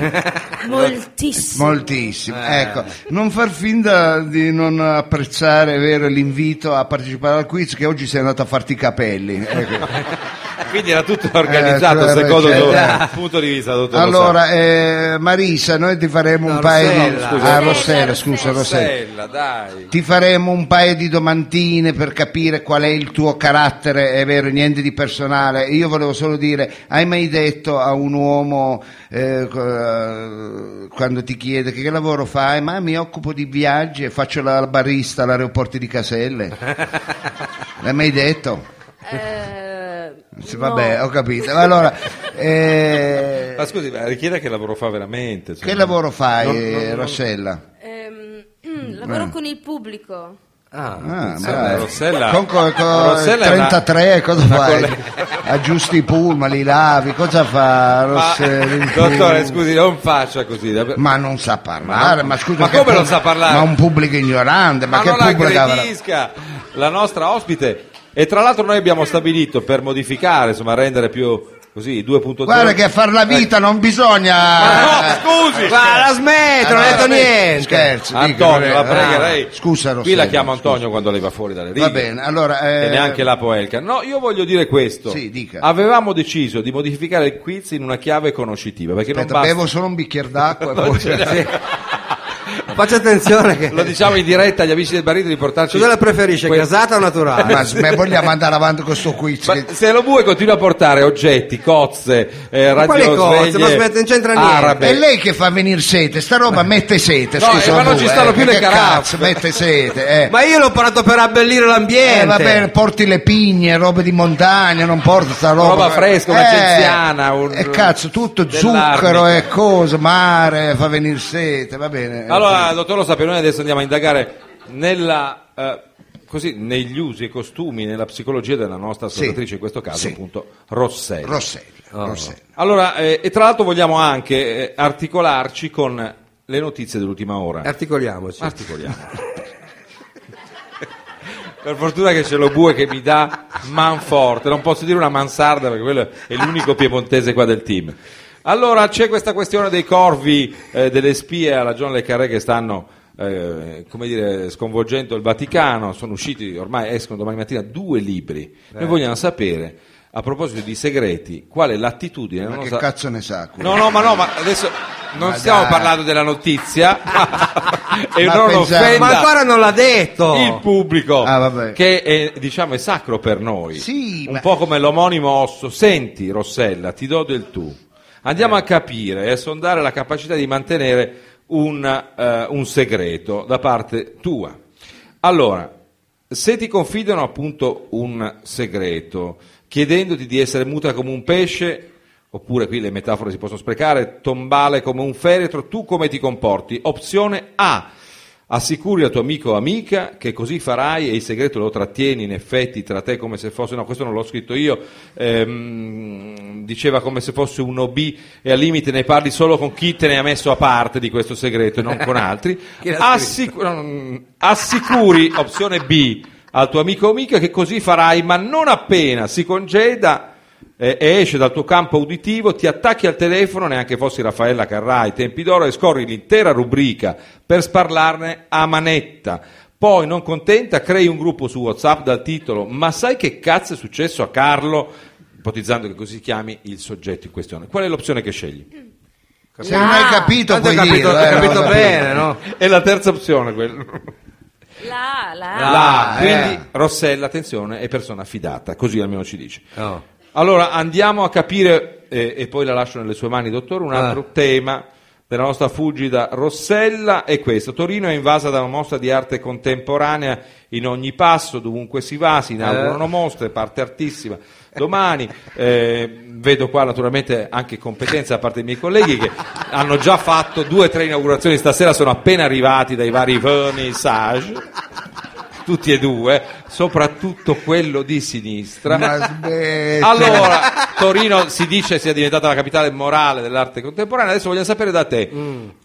Moltissimo.
Moltissimo,
Eh.
ecco, non far finta di non apprezzare è vero, l'invito a partecipare al quiz che oggi sei andato a farti i
[LAUGHS]
capelli. ecco.
Eh, Quindi era tutto [LAUGHS] organizzato
Eh,
secondo il
cioè,
tuo
eh.
punto di vista, dottor
Allora, eh, Marisa, noi ti faremo
No,
un paio
Rossella.
di...
Scusa.
Ah, Rossella,
Rossella,
scusa,
Rossella.
Rossella.
Rossella, dai.
Ti faremo un paio di domandine per capire qual è il tuo carattere, è vero, niente di personale. Io volevo solo dire, hai mai detto a un uomo eh, co- eh, quando ti chiede che, che lavoro fai? Ma mi occupo di viaggi e faccio la barista all'aeroporto di Caselle.
[LAUGHS]
L'hai mai detto?
Eh,
Sì,
no.
Vabbè, ho capito. Allora, eh,
[LAUGHS] Ma scusi, ma richieda che lavoro fa veramente? insomma.
che lavoro fai,
Non- non-
eh,
non-
Rossella?
Ehm, mm, lavoro
Eh.
con il pubblico.
Ah,
Ah,
Insomma,
bravo.
Rossella-
con, con- con
Rossella è una-
33 cosa
una
fai?
colle-
Aggiusti i pullman, li lavi, cosa fa
Ma- [LAUGHS]
Rossella? in
dottore,
più?
scusi, non faccia così. dav-
Ma non sa parlare, ma, scusa.
ma
che
come non
pub-
sa parlare?
Ma un pubblico ignorante, ma,
Ma
che
non
pubblico avrà?
aggredisca la nostra ospite. E tra l'altro noi abbiamo stabilito per modificare, insomma, rendere più così 2.3.
Guarda che a far la vita non bisogna... Ah,
Ma no, scusi!
Ma
certo.
la smetto, non ho detto
Allora,
niente.
Scherzo, dico,
Antonio, la
vabbè,
prega
ah,
lei.
Scusa Rossella.
Qui la chiamo Antonio quando lei va fuori dalle righe.
Va bene, allora...
E
eh,
neanche la Poelca. No, io voglio dire questo.
Sì, dica.
Avevamo deciso di modificare il quiz in una chiave conoscitiva, perché
Aspetta,
non basta...
bevo solo un bicchiere d'acqua e
[LAUGHS]
poi...
Faccia attenzione che...
Lo diciamo in diretta agli amici del barito di portarci...
Cosa la preferisce,
Que-
casata o naturale?
[LAUGHS] ma ma vogliamo andare avanti con sto quiz?
Ma
che-
se lo vuoi continua a portare oggetti, cozze, eh,
Ma quali
radio
cozze? Ma smette, non c'entra niente.
È lei che fa venire sete, sta roba mette sete,
No,
scusa.
eh, ma non
tu,
ci stanno
eh,
più le
che
caraffe.
cazzo, mette sete, eh.
Ma io l'ho parato per abbellire l'ambiente.
Eh, vabbè, porti le pigne, robe di montagna, non porta sta roba.
Roba fresca, una
Eh,
genziana, un-
eh, cazzo, tutto
dell'arnica.
zucchero e cose, mare, fa venire sete, va bene.
Allora, dottor Lo Sapio, noi adesso andiamo a indagare nella, eh, così, negli usi e costumi, nella psicologia della nostra
Sì.
ascoltatrice, in questo caso
Sì.
appunto Rossella.
Rossella,
Oh,
Rossella.
allora, eh, e tra l'altro vogliamo anche eh, articolarci con le notizie dell'ultima ora.
Articoliamoci.
Articoliamo. Per fortuna che c'è lo bue che mi dà manforte, non posso dire una mansarda perché quello è l'unico piemontese qua del team. Allora c'è questa questione dei corvi, eh, delle spie alla John Le Carré che stanno eh, come dire, sconvolgendo il Vaticano, sono usciti, ormai escono domani mattina due libri.
Eh.
Noi vogliamo sapere, a proposito di segreti, qual è l'attitudine della
Ma che
nostra-
cazzo ne sa? quello?
No, no, ma no, ma adesso non
Ma
stiamo
dai.
parlando
[LAUGHS]
della notizia e
Ma
non
pensavo-
offenda
Ma ancora non l'ha detto.
il pubblico
Ah, vabbè.
che è, diciamo, è sacro per noi.
Sì,
un
ma-
po' come l'omonimo osso. Senti, Rossella, ti do del tu. Andiamo
Eh.
a capire e a sondare la capacità di mantenere un, eh, un segreto da parte tua. Allora, Se ti confidano appunto un segreto, chiedendoti di essere muta come un pesce, oppure qui le metafore si possono sprecare, tombale come un feretro, tu come ti comporti? Opzione A. Assicuri al tuo amico o amica che così farai e il segreto lo trattieni in effetti tra te come se fosse, no questo non l'ho scritto io, ehm, diceva come se fosse un OB e al limite ne parli solo con chi te ne ha messo a parte di questo segreto e non
[LAUGHS]
con altri.
Chi l'ha scritto?
Assicu- no, no, assicuri, opzione B, al tuo amico o amica che così farai ma non appena si congeda eh, e esce dal tuo campo uditivo, ti attacchi al telefono, neanche fossi Raffaella Carrà ai tempi d'oro, e scorri l'intera rubrica per sparlarne a manetta. Poi, non contenta, crei un gruppo su WhatsApp dal titolo Ma sai che cazzo è successo a Carlo? Ipotizzando che così chiami il soggetto in questione. Qual è l'opzione che scegli?
Se non
Ah,
hai capito,
Tanto
puoi
hai capito,
dirlo,
hai
eh,
capito
no, no.
bene, no?
È la terza opzione quella.
La, la.
La,
Ah,
quindi
eh.
Rossella, attenzione, è persona affidata, così almeno ci dice.
No.
Allora andiamo a capire, eh, e poi la lascio nelle sue mani, dottore, un altro
Ah.
tema della nostra fugida Rossella è questo. Torino è invasa da una mostra di arte contemporanea in ogni passo, dovunque si va, si inaugurano mostre, parte artissima. Domani eh, vedo qua naturalmente anche competenza da parte dei miei colleghi che hanno già fatto due o tre inaugurazioni stasera, sono appena arrivati dai vari vernissage, tutti e due, soprattutto quello di sinistra.
Ma smettila.
Allora, Torino si dice sia diventata la capitale morale dell'arte contemporanea, adesso voglio sapere da te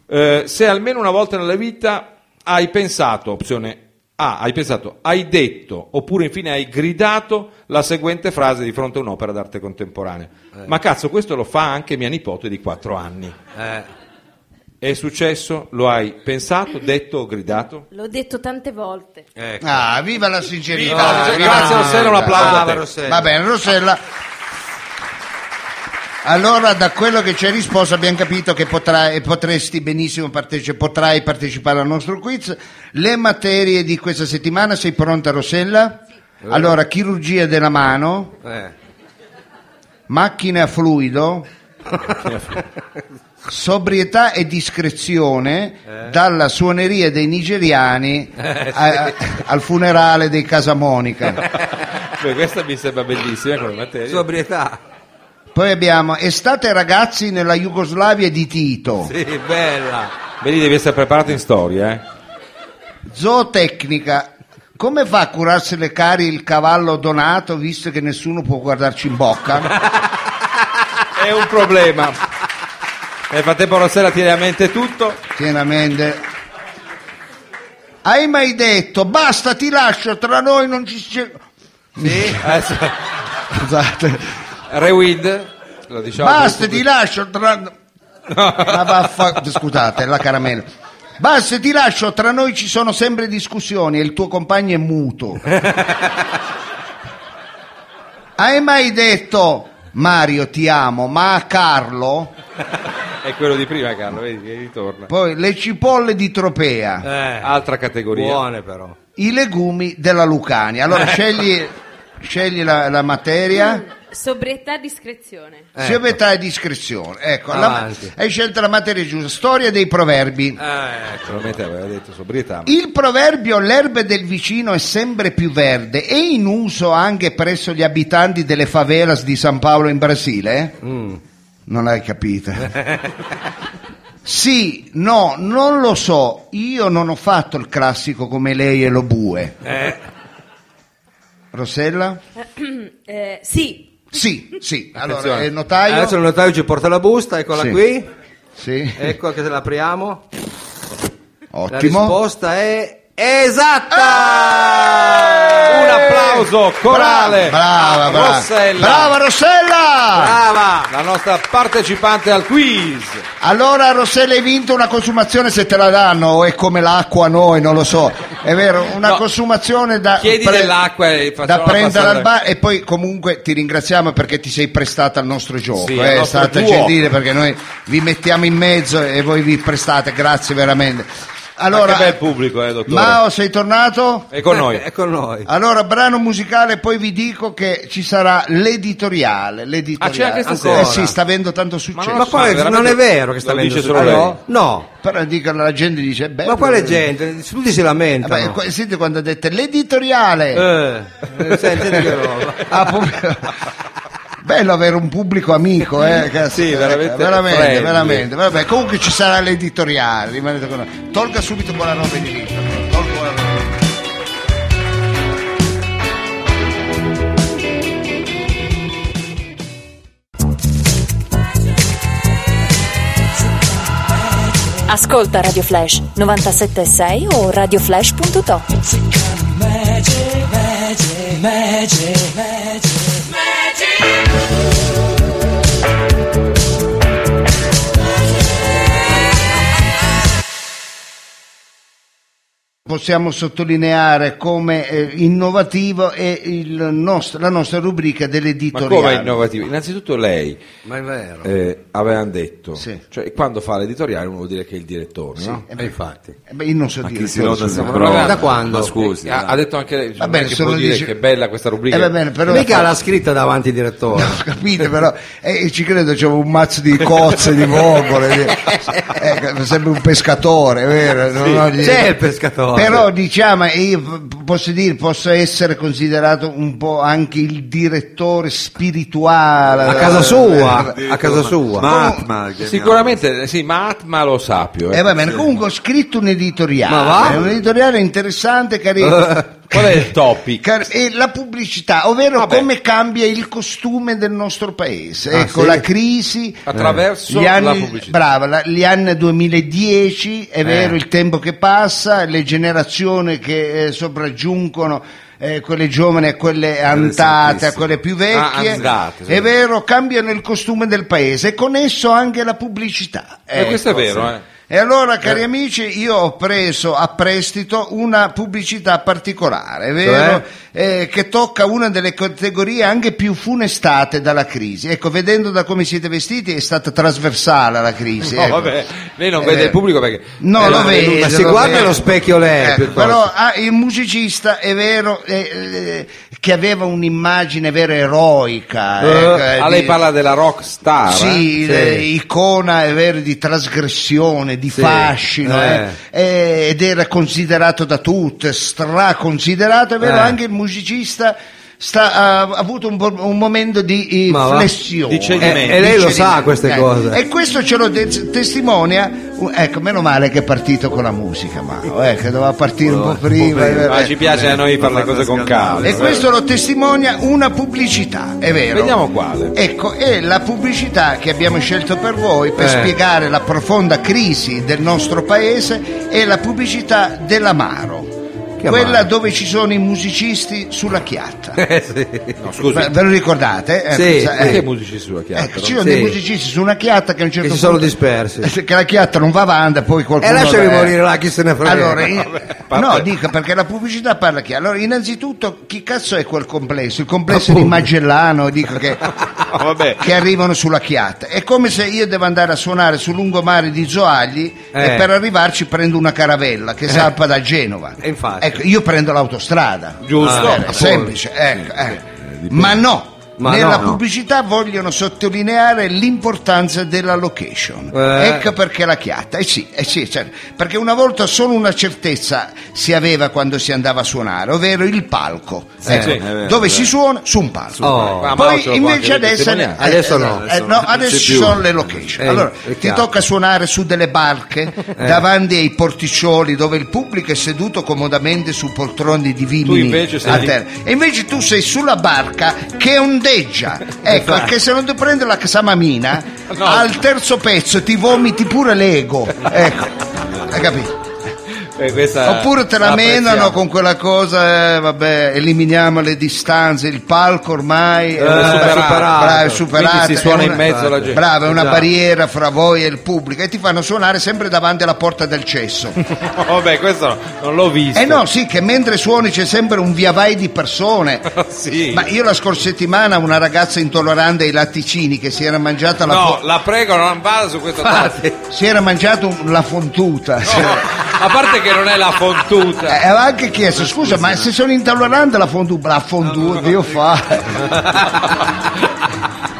eh, se almeno una volta nella vita hai pensato, opzione A, hai pensato, hai detto oppure infine hai gridato la seguente frase di fronte a un'opera d'arte contemporanea. Ma cazzo, questo lo fa anche mia nipote di 4 anni.
Eh,
È successo? Lo hai pensato, detto o gridato?
L'ho detto tante volte.
ecco.
Ah, viva la sincerità.
Viva
Ah,
la-
viva
grazie,
la
Rossella, un
sincerità.
applauso.
Brava,
a te.
Rossella.
Va bene, Rossella. Allora, da quello che ci hai risposto, abbiamo capito che potrai, potresti benissimo parteci- potrai partecipare al nostro quiz. Le materie di questa settimana, sei pronta, Rossella? Allora, chirurgia della mano,
Eh.
macchine a fluido, sobrietà e discrezione, dalla suoneria dei nigeriani a- al funerale dei Casamonica.
Beh, questa mi sembra bellissima come materia.
Sobrietà.
Poi abbiamo Estate ragazzi nella Jugoslavia di Tito,
Sì, bella.
Vedi, devi essere preparato in storia, eh.
zootecnica. Come fa a curarsi le cari il cavallo donato visto che nessuno può guardarci in bocca?
è un problema. Nel frattempo Rossella tiene a mente tutto.
Pienamente. Hai mai detto basta ti lascio tra noi non ci c'è
Adesso,
Scusate.
rewind, lo diciamo.
Basta ti lascio tra Ma vaffa- scusate, la caramella. Basta ti lascio tra noi ci sono sempre discussioni e il tuo compagno è muto. Hai mai detto Mario ti amo, ma a Carlo?
È quello di prima, Carlo, vedi che ritorna.
Poi le cipolle di Tropea,
Eh.
Altra categoria.
Buone però.
i legumi della Lucania. Allora scegli, scegli la, la
Ecco.
materia.
Mm, Sobrietà, discrezione. [CLEARS THROAT]
Sobrietà e discrezione. Ecco, la-
Avanti.
hai scelto la materia giusta, storia dei proverbi.
Eh, ecco.
Naturalmente aveva detto sobrietà. ma-
Il proverbio l'erba del vicino è sempre più verde è in uso anche presso gli abitanti delle favelas di San Paolo in Brasile?
Mm.
Non l'hai capita. sì, no, non lo so. Io non ho fatto il classico come lei e lo bue.
Eh.
Rossella?
Eh, sì,
Sì, sì. Allora,
Attenzione.
eh, notaio?
Adesso il notaio ci porta la busta, eccola
Sì.
qui.
Sì.
Ecco che se la apriamo. La
Ottimo.
risposta è esatta!
Eh!
Un applauso corale.
Brava, brava.
Rossella.
Brava Rossella!
Brava!
La nostra partecipante al quiz.
Allora Rossella hai vinto una consumazione se te la danno o è come l'acqua a noi, non lo so. È vero, una
No.
consumazione da,
Chiedi dell'acqua e
da
facciamola
prendere
passare.
al bar e poi comunque ti ringraziamo perché ti sei prestata al nostro gioco,
Sì,
eh,
al
è
nostro
stata
duo.
gentile perché noi vi mettiamo in mezzo e voi vi prestate, grazie veramente. Allora,
Ma che bel pubblico, eh, dottore.
Mao, Eh, sei tornato?
È con noi.
Eh, È con noi.
Allora, brano musicale, poi vi dico che ci sarà l'editoriale. l'editoriale.
Ah, c'è anche
stasera?
Eh sì, sta avendo tanto successo.
non
Ma
lo so,
poi non
veramente
è vero che sta
lo
avendo
dice solo
successo. Eh, No,
Però dicono, la gente dice, beh, eh,
ma quale gente? Tutti si lamentano.
Vabbè, qua- senti quando ha detto l'editoriale.
Eh, eh, senti che roba.
Ah, pub- Bello avere un pubblico amico, eh, cazzo.
Sì, veramente
veramente,
friendly.
veramente. Vabbè, comunque ci sarà l'editoriale, rimanete con noi. Tolga subito Buonanotte di Vito. Tolga Buonanotte.
Ascolta Radio Flash 976 o radioflash.to.
Possiamo sottolineare come eh, innovativo è il nostro- la nostra rubrica
Ma come è
dell'editoriale.
innovativo? Innanzitutto lei
Ma è vero.
eh, avevano detto,
Sì.
cioè quando fa l'editoriale uno vuol dire che è il direttore, no?
Eh
E
beh,
infatti.
eh beh, io non so
Ma
dire.
chi si loda
scusa.
si
Ma
prova.
da quando?
Ma scusi,
ha, ha
dai.
detto anche lei,
Va
cioè,
bene,
non è che
se
può
lo
dire
dice-
che è bella questa rubrica.
Eh, va bene, però
Mica
[LAUGHS]
l'ha scritta davanti al [LAUGHS] direttore.
capite però eh, ci credo c'è un mazzo di cozze di vongole di- eh, sembra un pescatore vero? Non ho idea.
c'è il pescatore.
però diciamo eh, io p- posso dire posso essere considerato un po' anche il direttore spirituale Eh,
A casa sua, a casa sua.
Mahatma, chiamiamolo.
Sicuramente sì, ma Atma lo sapio. eh.
Eh, va bene, comunque ho scritto un editoriale,
Ma va?
un editoriale interessante
[LAUGHS]
carino, [LAUGHS]
Qual è il topic?
Car- e la pubblicità, ovvero come cambia il costume del nostro paese.
Ah,
ecco,
sì?
la crisi, eh,
Attraverso
gli anni,
la pubblicità. Eh.
Brava, la- gli anni 2010, è vero, il tempo che passa, le generazioni che eh, sopraggiungono. eh, quelle giovani a quelle andate, a quelle più vecchie,
Ah, andate, sì.
è vero, cambiano il costume del paese e con esso anche la pubblicità.
Eh, questo è
Ecco,
vero,
sì.
eh.
E allora, cari amici, io ho preso a prestito una pubblicità particolare,
Cioè?
vero? Eh, che tocca una delle categorie anche più funestate dalla crisi. Ecco, vedendo da come siete vestiti è stata trasversale la crisi.
[LAUGHS] No,
ecco.
vabbè, lei non
Eh,
vede il pubblico perché
No,
Eh,
lo
ma-
vedo.
ma si
lo
guarda
vedo.
allo specchio lei,
Ecco,
piuttosto.
però ah, il musicista è vero eh, eh, che aveva un'immagine vera eroica. ecco, eh,
Ah, lei
di-
parla della rock star. eh?
sì, le- icona è vero, di trasgressione, di
Sì,
fascino,
eh.
eh, ed era considerato da tutte, straconsiderato, è vero,
Eh.
anche il musicista sta- ha, ha avuto un, po- un momento di eh,
Ma va.
flessione. Eh,
Di cedimento.
E- e lei lo
Di
sa
cedimento,
queste
eh.
cose.
E questo ce lo te- testimonia, uh, ecco, meno male che è partito con la musica, ma eh, che doveva partire un po' prima. è vero,
Ma
eh.
Ah, ci piace a noi fare le cose con calma. Eh,
E questo lo testimonia una pubblicità, è vero.
Vediamo quale.
Ecco, è la pubblicità che abbiamo scelto per voi per
Eh.
spiegare la profonda crisi del nostro paese è la pubblicità dell'Amaro.
Che
Quella
amaro?
dove ci sono i musicisti sulla chiatta.
Eh, sì.
No, scusi,
Beh, Ve lo ricordate? Eh,
Sì,
sa-
perché
eh,
musici sulla chiave? [LAUGHS]
ecco, ci sono dei
Sì.
musicisti su una chiatta che a un certo
Che si sono
punto-
dispersi.
eh, [LAUGHS] che la chiatta non va avanti, poi qualcuno.
E lasciami
eh,
morire là, chi se ne frega.
allora, in-
vabbè.
no, dico perché la pubblicità parla chi. Allora, innanzitutto, chi cazzo è quel complesso? Il complesso di
Appunto.
Magellano, dico
[LAUGHS]
che,
vabbè.
che arrivano sulla chiatta. È come se io devo andare a suonare sul lungomare di Zoagli
Eh.
e per arrivarci prendo una caravella che salpa da Genova.
E infatti.
Ecco, io prendo l'autostrada.
Giusto.
Eh, semplice, ecco, ecco. Ma no.
Ma
Nella
no, no.
pubblicità vogliono sottolineare l'importanza della location.
Eh.
Ecco perché la chiatta, eh sì, eh sì, certo. perché una volta solo una certezza si aveva quando si andava a suonare, ovvero il palco. Ecco,
sì, è vero,
dove si suona? Su un palco.
Oh.
Ma Mao ce lo
Poi
può
invece
anche
adesso,
testimoniare.
eh,
Adesso no.
eh, no, adesso ci sono le location.
Eh,
allora,
è
ti
chiaro.
tocca suonare su delle barche davanti ai porticcioli dove il pubblico è seduto comodamente su poltroni di vimini
invece sei
a
lì.
terra. E invece tu sei sulla barca che
[LAUGHS]
ondeggia. Ecco, perché se non ti prende la casamamina,
Esatto. No. [LAUGHS]
al terzo pezzo ti vomiti pure l'ego. Ecco, hai capito?
Eh, Eh, questa
Oppure te la menano
apprezziamo.
con quella cosa, eh, vabbè, eliminiamo le distanze, il palco ormai è
Eh, superato.
Bravo, è
Quindi
superato.
si suona
è
in mezzo alla gente.
Bravo, è una
Esatto.
barriera fra voi e il pubblico e ti fanno suonare sempre davanti alla porta del
[LAUGHS]
cesso.
Vabbè, questo non l'ho visto.
eh no, sì, che mentre suoni c'è sempre un via vai di persone.
[LAUGHS] Sì.
Ma io la scorsa settimana una ragazza intollerante ai latticini che si era mangiata la, Ah,
No,
fo-
la prego, non vada su questo fatto.
[LAUGHS] si era mangiato un- la fontuta.
A parte che non è la fontuta.
E aveva Eh, anche chiesto, scusa, ma se sono intollerante la fondue, la fondue, Dio fa.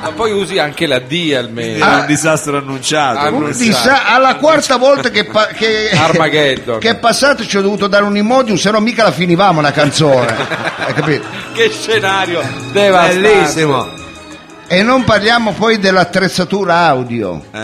Ma poi usi anche la D almeno.
Era un disastro annunciato.
Ah,
Ah. Un
come
disa-
sai.
alla quarta volta che, pa- che,
[LAUGHS] Armageddon.
che è passato ci ho dovuto dare un imodium, se no mica la finivamo la [LAUGHS] canzone. Hai capito?
Che scenario devastante.
Bellissimo.
E non parliamo poi dell'attrezzatura audio, eh,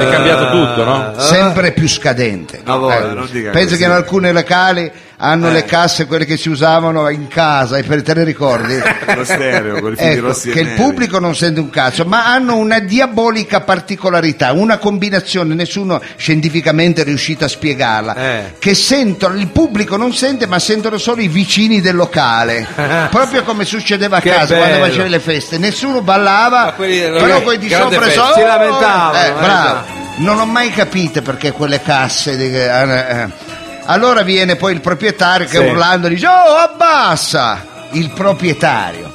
È cambiato tutto, no?
sempre più scadente.
Ma voi,
Eh,
non dica
penso
così.
che in alcune locali hanno le casse, quelle che si usavano in casa, e per te ne ricordi?
Lo stereo con i fili
Ecco,
rossi e
che il
neri.
pubblico non sente un cazzo, ma hanno una diabolica particolarità, una combinazione, nessuno scientificamente è riuscito a spiegarla,
Eh.
che sentono, il pubblico non sente ma sentono solo i vicini del locale, proprio come succedeva a
Che
casa quando
bello.
facevi le feste, nessuno ballava,
Ma quelli-
però quelli di
grande
sopra
festa.
solo-
Si lamentavano,
Eh,
eh,
bravo. Non ho mai capito perché quelle casse... di- eh, eh. Allora viene poi il proprietario che
Sì.
urlando dice oh abbassa il proprietario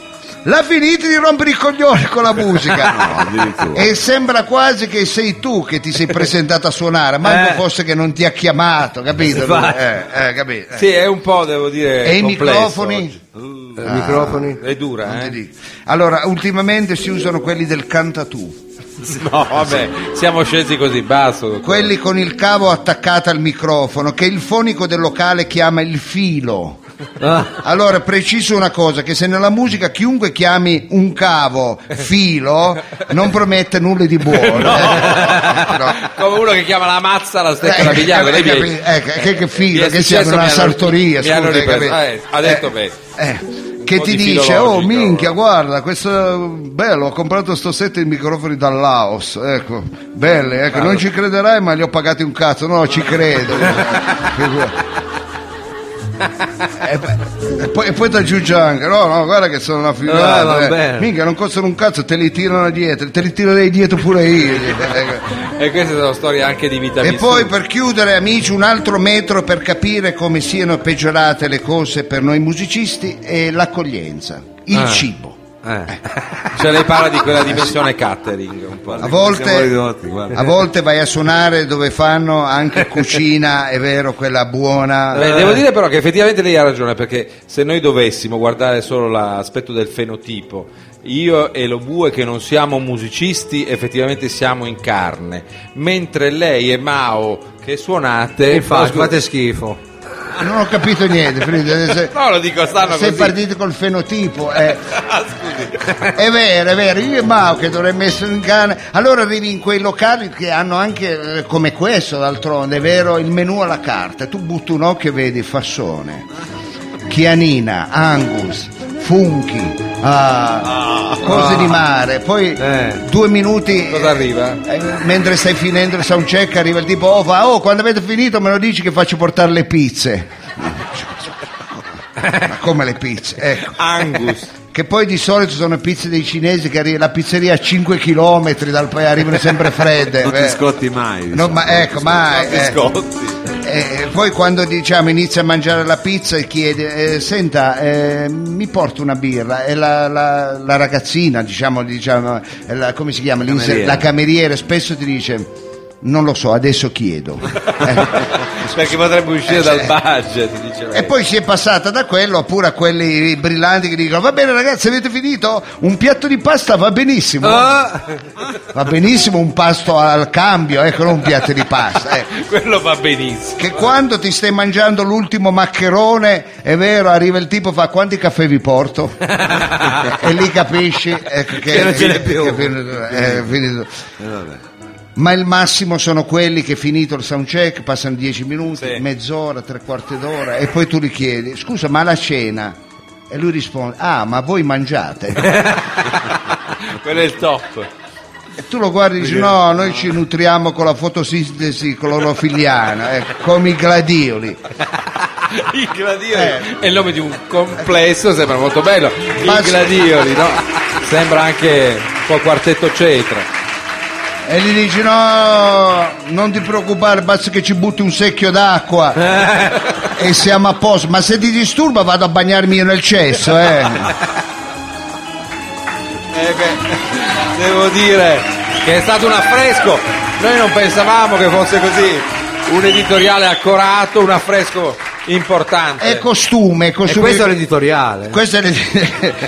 la finita di rompere i coglioni con la
No,
musica
addirittura.
e sembra quasi che sei tu che ti sei presentato a suonare manco
Eh.
fosse che non ti ha chiamato capito?
Infatti.
Eh, eh, capito?
Sì, è un po', devo dire,
e i
complesso
microfoni
oggi.
Eh, Microfoni.
È
Non
dura,
ti
eh?
dico. allora ultimamente si usano quelli del cantatù
[LAUGHS] No, vabbè, siamo scesi così basso. dottore.
quelli con il cavo attaccato al microfono che il fonico del locale chiama il filo
Ah,
Allora, preciso una cosa, che se nella musica chiunque chiami un cavo filo non promette nulla di buono. [LAUGHS] Eh, no.
Come uno che chiama la mazza la stecca da
Eh,
bigliaco. lei
eh,
mi è-
capi- eh, che, che
mi
filo,
è
che sia
successo, mi
una
hanno-
sartoria,
mi hanno
scusa, hai
ripreso.
capito?
Ah, eh, ha detto bene.
Eh, Che
po'
ti
di
dice,
filologico,
oh minchia,
oh."
guarda, questo bello, ho comprato sto set di microfoni dal Laos, ecco, belli, ecco, non ci crederai ma li ho pagati un cazzo, no, ci
[LAUGHS]
credo. E poi- e poi, e poi ti aggiunge anche, no, no, guarda che sono una
Eh, va
figata, eh.
bene.
minchia, non costano un cazzo, te li tirano dietro, te li tirerei dietro pure io. Ecco.
E questa è una storia anche di vita
E
vissuta.
poi per chiudere, amici, un altro metro per capire come siano peggiorate le cose per noi musicisti è l'accoglienza, il
Ah.
cibo.
eh.
Cioè lei parla di quella dimensione catering un po'.
A
Siamo
volte,
ridotti, guarda.
a volte vai a suonare dove fanno
[LAUGHS]
anche cucina, è vero, quella buona.
Beh, devo dire però che effettivamente lei ha ragione perché se noi dovessimo guardare solo l'aspetto del fenotipo, io e lo bue che non siamo musicisti effettivamente siamo in carne, mentre lei e Mao che suonate
E fa,
Scusa- [LAUGHS]
fate schifo.
Non ho capito niente, Frida, se-
No, lo dico stanno
Sei
così.
partito col fenotipo, eh.
Ah,
è vero, è vero. Io e Mao che dovremmo essere in cane. Allora arrivi in quei locali che hanno anche eh, come questo, d'altronde, è vero, il menù alla carta. Tu butti un occhio e vedi Fassone, Chianina, Angus, Funchi, ah, cose di mare. Poi
Eh.
due minuti.
Cosa arriva?
eh, mentre stai finendo il soundcheck arriva il tipo, oh, fa, oh, quando avete finito me lo dici che faccio portare le pizze. [LAUGHS] Ma come le pizze, ecco.
Angus.
Che poi di solito sono pizze dei cinesi che arriva la pizzeria a 5 km dal paese, arrivano sempre fredde.
[LAUGHS] Non ti
eh.
scotti mai.
No, ma ecco, ma eh,
scotti.
eh, eh, poi quando diciamo inizia a mangiare la pizza e chiede, eh, senta, eh, mi porto una birra e la, la- la ragazzina, diciamo, diciamo eh, la- come si chiama? L'inse-
Cameriera.
La cameriera spesso ti dice, non lo so, adesso
[LAUGHS]
chiedo. Eh.
perché potrebbe uscire
Eh,
dal
sì.
budget, dice lei.
E poi si è passata da quello oppure a quelli brillanti che dicono va bene ragazzi avete finito un piatto di pasta va benissimo
Ah,
va benissimo un pasto al cambio ecco non un piatto di pasta eh.
Quello va benissimo.
che quando ti stai mangiando l'ultimo maccherone è vero arriva il tipo fa quanti caffè vi porto
[LAUGHS]
e lì capisci ecco, che,
Che non ce n'è più. Eh,
che è finito- è finito. ma il massimo sono quelli che finito il soundcheck passano 10 minuti,
Sì.
mezz'ora, tre quarti d'ora e poi tu gli chiedi scusa ma la cena? E
[LAUGHS]
lui risponde ah ma voi mangiate
Quello è il top.
E tu lo guardi e dici no, noi ci nutriamo con la fotosintesi clorofiliana, eh, come i gladioli.
Il gladioli è il nome di un complesso, sembra molto bello. Il
Eh. Ma-
gladioli, no? Sembra anche un po' quartetto cetra.
E gli dici no, non ti preoccupare, basta che ci butti un secchio d'acqua e siamo a posto. Ma se ti disturba vado a bagnarmi io nel cesso, eh.
Eh beh, devo dire che è stato un affresco. Noi non pensavamo che fosse così. Un editoriale accorato, un affresco importante.
È costume, è
E
costume.
questo è l'editoriale.
Questo è l'ed-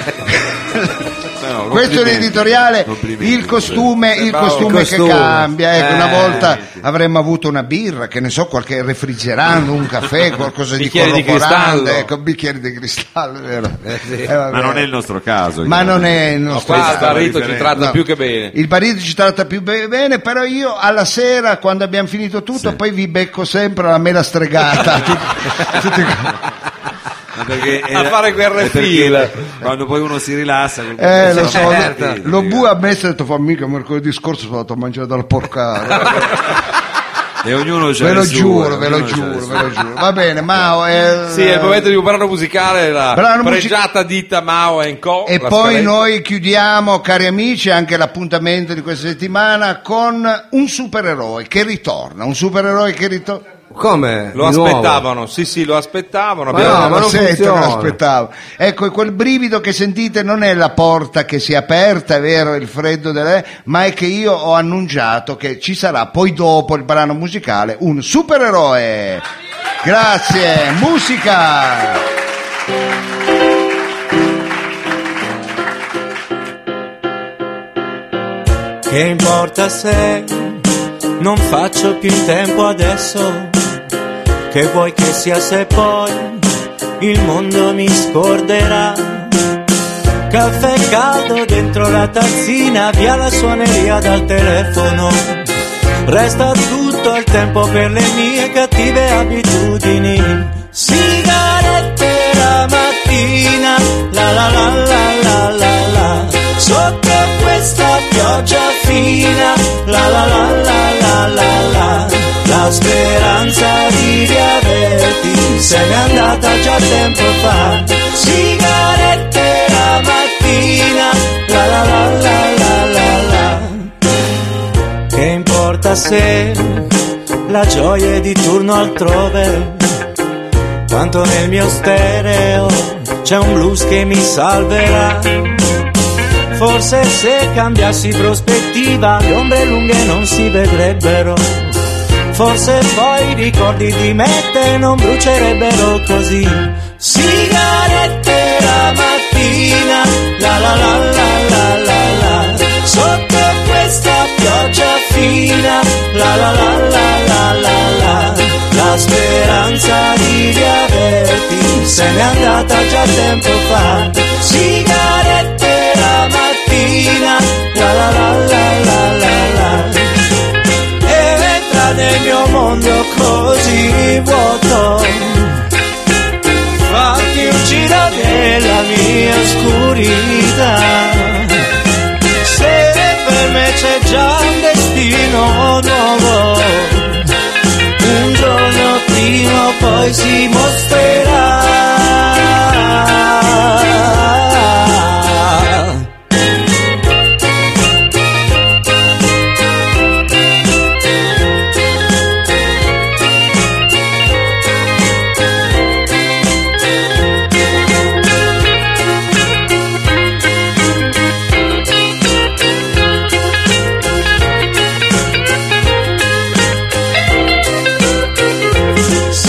questo è l'editoriale, il costume, il
Bravo.
costume
Il
che
costume.
cambia. Ecco, una
Eh.
volta avremmo avuto una birra, che ne so, qualche refrigerante, un caffè, qualcosa di
Bicchieri di
corroborante,
cristallo.
ecco, bicchieri di cristallo, vero? Eh, vabbè.
Ma non è il nostro caso.
Ma
chiaramente.
non è il
No,
nostro
qua il
caso.
barrito ci
differente.
tratta
No.
più che bene.
Il barito ci tratta più be- bene, però io alla sera, quando abbiamo finito tutto, poi vi becco sempre la mela stregata. Tutti- tutti qua.
Ma
Eh,
perché
A fare guerra e
è Eh, perché
fila.
Quando poi uno si rilassa.
Eh, lo so,
Certo.
lo- lo bu a me si è detto fa mica mercoledì scorso sono andato a mangiare dal porcaro.
E ognuno c'ha
ve lo
il suo,
giuro, ve lo
ognuno c'ha il
giuro,
suo.
ve lo giuro. Va bene, Mao. eh,
Sì, è il momento di un brano musicale, la
Brano music-
pregiata ditta Mao Co.
E
la
poi
scaletta.
noi chiudiamo, cari amici, anche l'appuntamento di questa settimana con un supereroe che ritorna. Un supereroe che ritorna.
Come?
Lo
Di nuovo?
aspettavano, sì sì, lo aspettavano.
Ma
abbiamo-
no, ma non
sento,
funziona.
non aspettavo. Ecco, e quel brivido che sentite non è la porta che si è aperta, è vero, il freddo delle, ma è che io ho annunciato che ci sarà poi dopo il brano musicale un supereroe. Grazie, musica.
Che importa se non faccio più in tempo adesso? Che vuoi che sia se poi il mondo mi scorderà? Caffè caldo dentro la tazzina, via la suoneria dal telefono. Resta tutto il tempo per le mie cattive abitudini. Sigarette la mattina, la la la la la la la. Sotto questa pioggia fina, la la la la la la la. La speranza di riaverti se n'è andata già tempo fa. Sigarette la mattina, la la la la la la la. Che importa se la gioia è di turno altrove? Tanto nel mio stereo c'è un blues che mi salverà. Forse se cambiassi prospettiva le ombre lunghe non si vedrebbero. Forse poi i ricordi di me te non brucerebbero così. Sigarette la mattina, la la la la la la la. Sotto questa pioggia fina, la la la la la la la. La speranza di riaverti se n'è andata già tempo fa. Sigarette la mattina, la la la la la la la e entra nel mio mondo così vuoto. Fatti un giro della mia oscurità. Se per me c'è già un destino nuovo, un giorno prima o poi si mostrerà.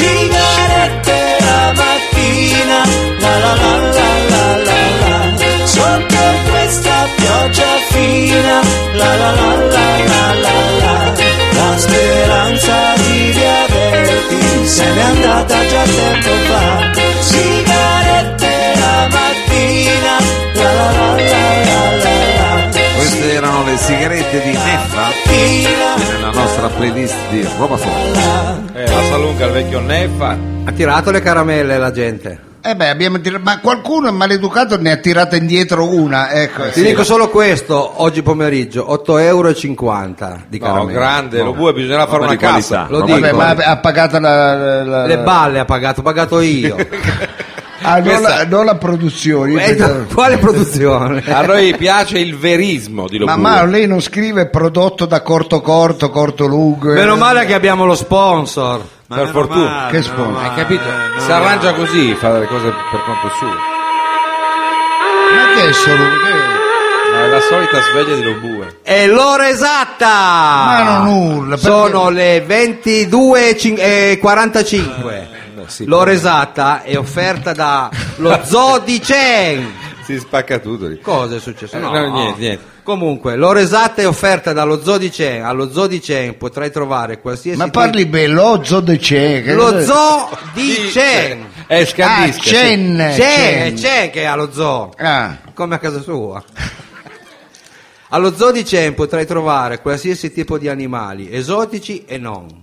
sigarette la mattina, la la la la la la la, sotto questa pioggia fina, la la la la la la la, la speranza di riaverti se n'è andata già tempo fa, sigarette la mattina, la la la la la la la.
Queste erano le sigarette di Neffa nella nostra playlist di Roba Forte.
Eh, la salunga, il vecchio Neffa.
Ha tirato le caramelle la gente.
Eh beh, abbiamo tirato- ma qualcuno maleducato ne ha tirata indietro una, ecco.
Ti dico solo questo, oggi pomeriggio, 8,50 euro di
No,
caramelle. Boh.
grande, lo bue, bisognerà fare
Roba
una
di qualità.
cassa.
Lo
Roba
Vabbè,
dico.
ma ha pagato la, la-
Le balle ha pagato, ho pagato
[LAUGHS]
io.
Ah, non,
questa-
la, non la produzione. io
Eh,
pensavo-
[LAUGHS] no, quale produzione?
A noi piace il verismo di lo
ma,
bue.
ma lei non scrive prodotto da corto corto, corto lungo. eh?
Meno male che abbiamo lo sponsor.
Ma
Per
meno
fortuna.
male,
Che
meno
sponso.
male,
Hai capito?
eh, no,
si arrangia così, fa le cose per conto suo.
Ma che è solo? che-
È la solita sveglia di lo bue.
È l'ora esatta!
Ma non urla, perché-
Sono le 22.45. L'ora esatta è offerta da lo zoo di Chen.
Si spacca tutto lì.
Cosa è successo?
Eh, no, niente, niente.
Comunque, l'ora esatta è offerta dallo zoo di Chen. Allo zoo di Chen potrai trovare qualsiasi
Ma
tipo-
parli bello, zoo de c'è. che-
Lo zoo di
Sì,
Chen.
È
Ah,
scandisca. sì.
Chen.
Chen, è Chen che è allo zoo.
Ah,
come a casa sua. Allo zoo di Chen potrai trovare qualsiasi tipo di animali, esotici e non.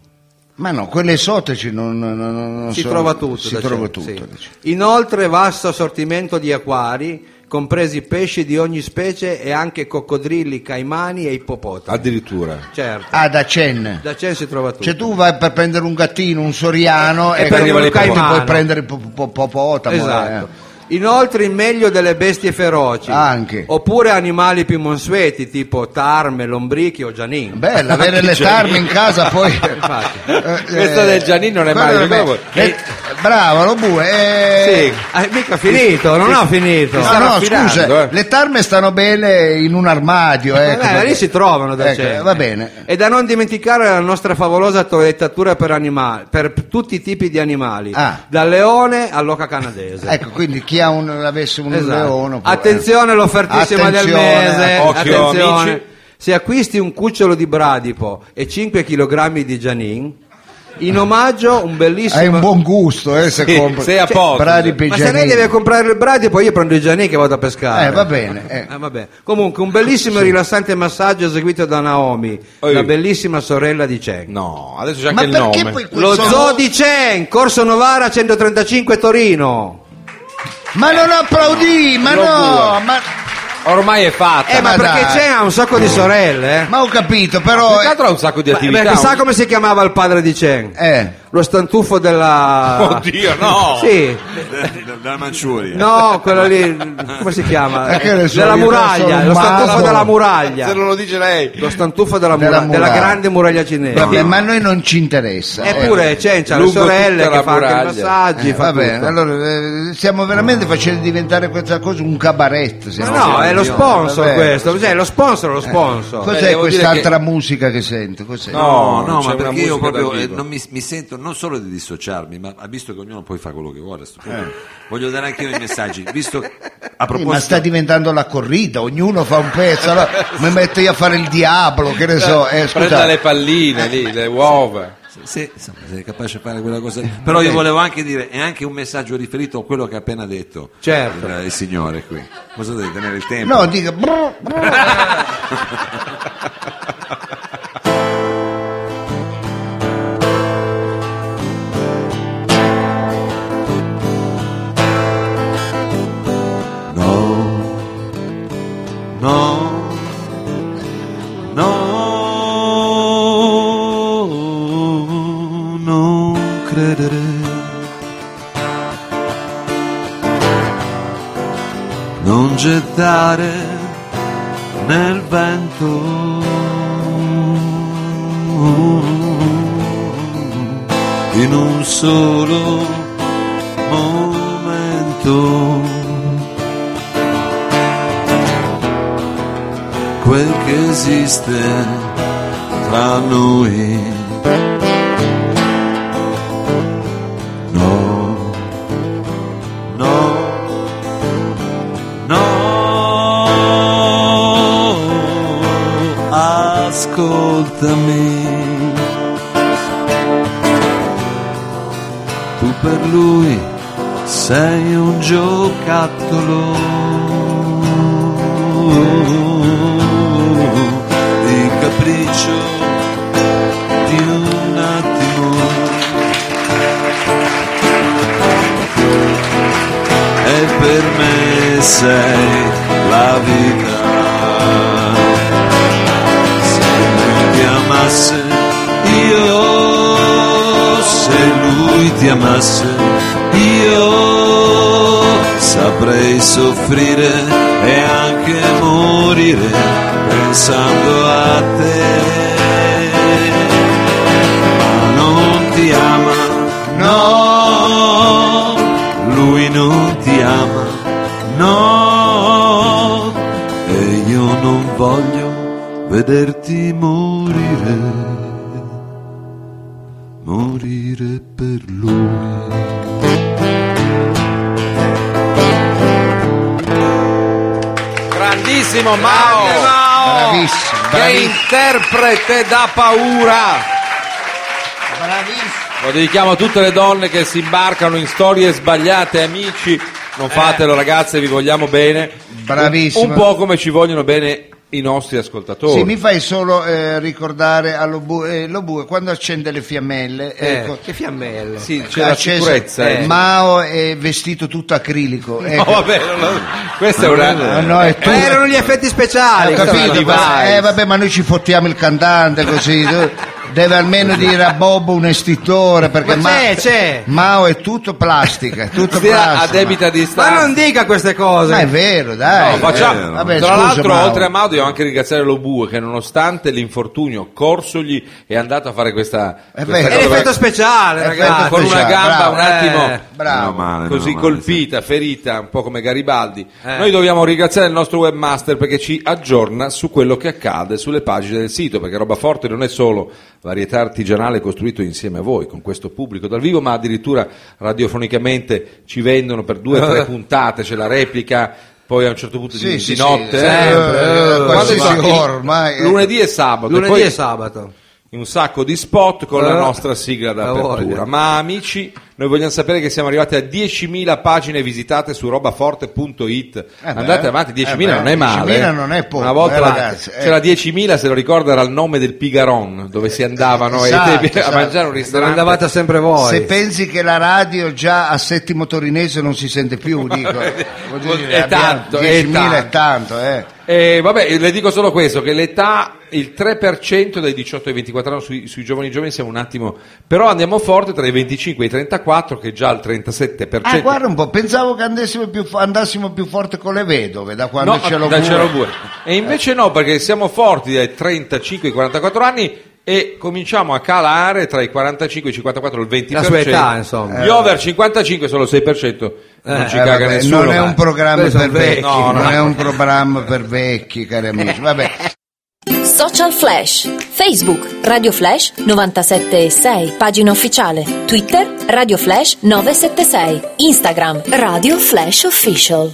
ma no, quelli esotici non, non- non- non
si
sono-
trova tutto.
Si
da
trova tutto.
Chen, sì.
dice.
Inoltre vasto assortimento di acquari, compresi pesci di ogni specie e anche coccodrilli, caimani e ippopotami.
Addirittura.
certo,
Ah, da Chen.
da Chen si trova tutto.
Cioè tu vai per prendere un gattino, un soriano eh,
E
e,
prendi
poi
un caimano.
puoi prendere il po- po- popotamo.
Esatto.
eh.
Inoltre il meglio delle bestie feroci.
Anche.
Oppure animali più mansueti, tipo tarme, lombrichi o gianini.
Bello, avere
[LAUGHS]
le tarme in casa poi...
Cioè,
Eh,
Infatti.
Questo del Giannino non è
quello
male,
non
quello-
Eh, bravo, lo bue. eh,
Sì.
Eh, mica finito, non ho finito.
No,
stanno
no,
affidando,
scusa,
eh.
le tarme stanno bene in un armadio. Ecco,
Vabbè,
perché-
Eh, lì si trovano da
Ecco,
cena.
Va bene.
E da non dimenticare la nostra favolosa toilettatura per animali, per p- tutti i tipi di animali,
Ah.
dal leone all'oca canadese.
Ecco, quindi chi ha un, avesse un
Esatto.
leone... può- eh,
Attenzione l'offertissima del
Attenzione,
mese.
occhio,
Attenzione.
amici.
Se acquisti un cucciolo di bradipo e 5 kg di Janin, in omaggio un bellissimo
Hai un buon gusto, eh, se
Sì,
compri.
sei a posto.
Bradi
Ma se lei
pigianini.
deve comprare il bradipo, io prendo il Janin che vado a pescare.
Eh, va bene. eh.
Ah, vabbè. Comunque, un bellissimo e rilassante massaggio eseguito da Naomi,
Oi.
la bellissima sorella di Chen.
No, adesso c'è
Ma
anche il
perché
nome.
poi-
Lo
Sono-
zoo di Chen, Corso Novara 135 Torino.
Ma non applaudì, ma
Lo
no,
bue.
ma,
Ormai è fatta.
Eh, ma,
ma
perché
dai.
Chen ha un sacco di sorelle, eh?
ma ho capito,
Più
però...
che altro ha un sacco di
Ma-
attività.
beh, chissà
un-
come si chiamava il padre di Chen?
Eh,
Lo stantuffo della...
Oddio, no. Eh,
Sì.
Dalla Manciuria.
No, quello lì, come si chiama?
Eh, che ne so,
della
io sono
muraglia,
un
lo stantuffo
malato.
della muraglia.
Se non lo dice lei.
Lo stantuffo della,
Della
muraglia, della
muraglia.
grande muraglia cinese.
vabbè, ma a noi non ci interessa. eh.
Eppure Chen c'ha le
Lungo
sorelle
tutta
che
la
fa anche i
muraglia.
massaggi,
Eh,
fa
va bene,
tutto.
allora eh, stiamo veramente facendo diventare questa cosa un cabaret. se
Ma
no,
no,
siamo-
è lo sponsor
vabbè.
questo, cioè, lo sponsor è lo sponsor.
Eh,
Cos'è
devo dire
quest'altra musica che sento? Cos'è? Eh,
No,
No, no,
c'è
ma
una
perché
musica
io proprio
dal
eh,
vivo.
non mi, mi sento non solo di dissociarmi, ma visto che ognuno poi fa quello che vuole, a sto punto, voglio dare anche
[LAUGHS]
io i messaggi. Visto a
Sì, Eh. ma
proposito,
sta diventando la corrida, ognuno fa un pezzo, allora mi metto io a fare il diavolo, che ne so. Eh,
Prenda le
scusa,
palline lì, le uova.
se, insomma, sei capace di fare quella cosa,
Eh,
lì. però io volevo anche dire, è anche un messaggio riferito a quello che ha appena detto
Certo.
il, il signore qui. Cosa deve tenere il tempo?
no, dica. brr, brr.
No, no, no, non credere. Non gettare nel vento in un solo momento. quel che esiste tra noi. No, no, no, ascoltami. Tu per lui sei un giocattolo piangessi, io saprei soffrire e anche morire pensando a te. Ma non ti ama, no, lui non ti ama, no, e io non voglio vederti morire, morire per lui.
Grandissimo Mao!
Bravissimo,
Che
bravissimo.
interprete da paura!
Bravissimo.
Lo dedichiamo a tutte le donne che si imbarcano in storie sbagliate, amici. Non fatelo, ragazze, vi vogliamo bene.
Eh. Bravissimo.
Un, un po' come ci vogliono bene i nostri ascoltatori.
Sì, mi fai solo eh, ricordare allo bue, eh, lo bue, quando accende le fiammelle,
Eh,
ecco,
che fiammelle.
Sì, c'è la
acceso-
sicurezza. eh.
Mao è vestito tutto acrilico.
[LAUGHS] No,
ecco.
vabbè, non lo- questa è una.
Ah, no, è tu.
Eh, erano gli effetti speciali.
Ho
questa
capito,
era la
ma-
vibe.
eh, vabbè, ma noi ci fottiamo il cantante così. tu- Deve almeno dire a Bobo un estitore perché
Ma c'è,
Ma-
c'è.
Mao è tutto plastica, è tutto
Stia a
plastica.
debita
Ma
distanza.
non dica queste cose.
Ma è vero, dai.
No, facciamo.
Eh, vabbè,
Tra
scusa,
l'altro,
Mao.
oltre a Mao, devo anche ringraziare lo Bue che, nonostante l'infortunio corsogli, è andato a fare questa.
È
questa
vero.
È
Vabbè.
l'effetto speciale,
Effetto
ragazzi.
con una
speciale,
gamba
bravo.
un attimo
Eh,
Bravo.
Meno male, meno
così
male,
colpita, ferita, un po' come Garibaldi.
Eh.
Noi dobbiamo ringraziare il nostro webmaster perché ci aggiorna su quello che accade sulle pagine del sito, perché Roba Forte non è solo varietà artigianale costruito insieme a voi, con questo pubblico dal vivo, ma addirittura radiofonicamente ci vendono per due o
[LAUGHS]
tre puntate, c'è la replica. Poi a un certo punto
Sì,
di,
sì,
di
sì,
notte,
sempre,
eh,
eh,
quando
qualsiasi
fa-
ora ormai, eh.
lunedì e sabato,
Lunedì
poi-
e sabato.
un sacco di spot con
Ah,
la
Eh,
nostra sigla
la voglia.
d'apertura. Ma amici, noi vogliamo sapere che siamo arrivati a 10.000 pagine visitate su robaforte.it. Andate
beh,
avanti, 10.000
eh beh,
non è male.
10.000 non è poco,
Una volta
eh,
la-
ragazzi, eh.
c'era 10.000, se lo ricordo, era il nome del Pigaron, dove si andavano ai
Esatto,
tempi
esatto.
a mangiare a un
Dove
ristorante.
andavate sempre voi.
Se pensi che la radio già a Settimo Torinese non si sente
[LAUGHS]
più, dico. Vuol dire,
È
abbiamo
tanto, è
10.000 è tanto, eh.
Eh, vabbè, le dico solo questo, che l'età, il 3% dai 18 ai 24 anni sui, sui giovani giovani siamo un attimo, però andiamo forte tra i 25 e i 34 che già il 37%.
Ah, guarda un po', pensavo che andassimo più, fo- andassimo più forte con le vedove da quando
No,
ce l'ho
dai,
pure.
ce l'ho pure. E invece no, perché siamo forti dai 35 ai 44 anni e cominciamo a calare tra i 45 e i 54 il 20%.
La sua età, insomma.
Eh.
Gli over 55 sono il 6%, non ci
eh,
caga
Vabbè,
nessuno.
non è un programma
Questo è
per
vecchio,
vecchi,
no, no.
non è un programma per vecchi, cari amici. Vabbè.
Social Flash. Facebook Radio Flash 976, pagina ufficiale. Twitter Radio Flash 976. Instagram Radio Flash Official.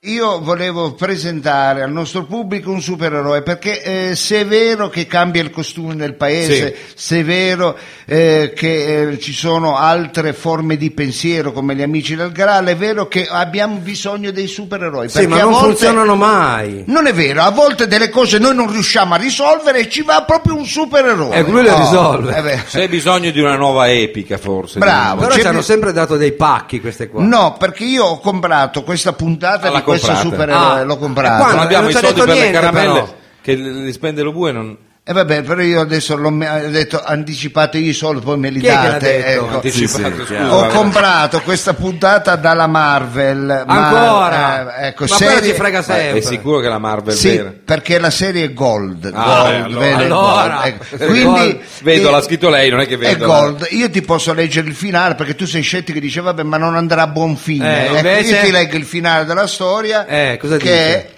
Io volevo presentare al nostro pubblico un supereroe perché eh, se è vero che cambia il costume del paese, se è vero eh, che eh, ci sono altre forme di pensiero come gli amici del Graal, è vero che abbiamo bisogno dei supereroi.
Sì, ma
a
non
volte-
funzionano mai.
Non è vero, a volte delle cose noi non riusciamo a risolvere e ci va proprio un supereroe. eh
E lui le risolve.
è vero.
C'è bisogno di una nuova epica forse.
Bravo.
Però
c'è
ci hanno
più-
sempre dato dei pacchi queste qua.
No, perché io ho comprato questa puntata
Ah, la
di questo
comprate.
supereroe,
Ah,
l'ho Eh,
e
comprata.
quando?
Non abbiamo
Non
i
ci ha
soldi
detto
per le
niente,
caramelle
però.
che li spende lo bue non
E vabbè, però io adesso l'ho me- ho detto anticipate io i soldi, poi me li
Chi è che l'ha
date.
detto?
ecco.
anticipato.
sì,
scusa,
chiaro.
Ho
vabbè.
comprato questa puntata dalla Marvel. ma-
Ancora?
eh, ecco,
ma
serie-
quello ci frega
Ma
sempre.
è sicuro che la Marvel
Sì,
vera.
perché la serie è Gold.
Ah,
Gold,
beh, allora-
vero, è Gold,
eh, allora.
ecco. Quindi,
Vedo,
eh,
l'ha scritto lei, non è che
è
vedo.
Gold. Io ti posso leggere il finale perché tu sei scettico e dici vabbè ma non andrà a buon fine.
Eh,
Ecco,
invece-
Io ti leggo il finale della storia
Eh, cosa
che
dice?
è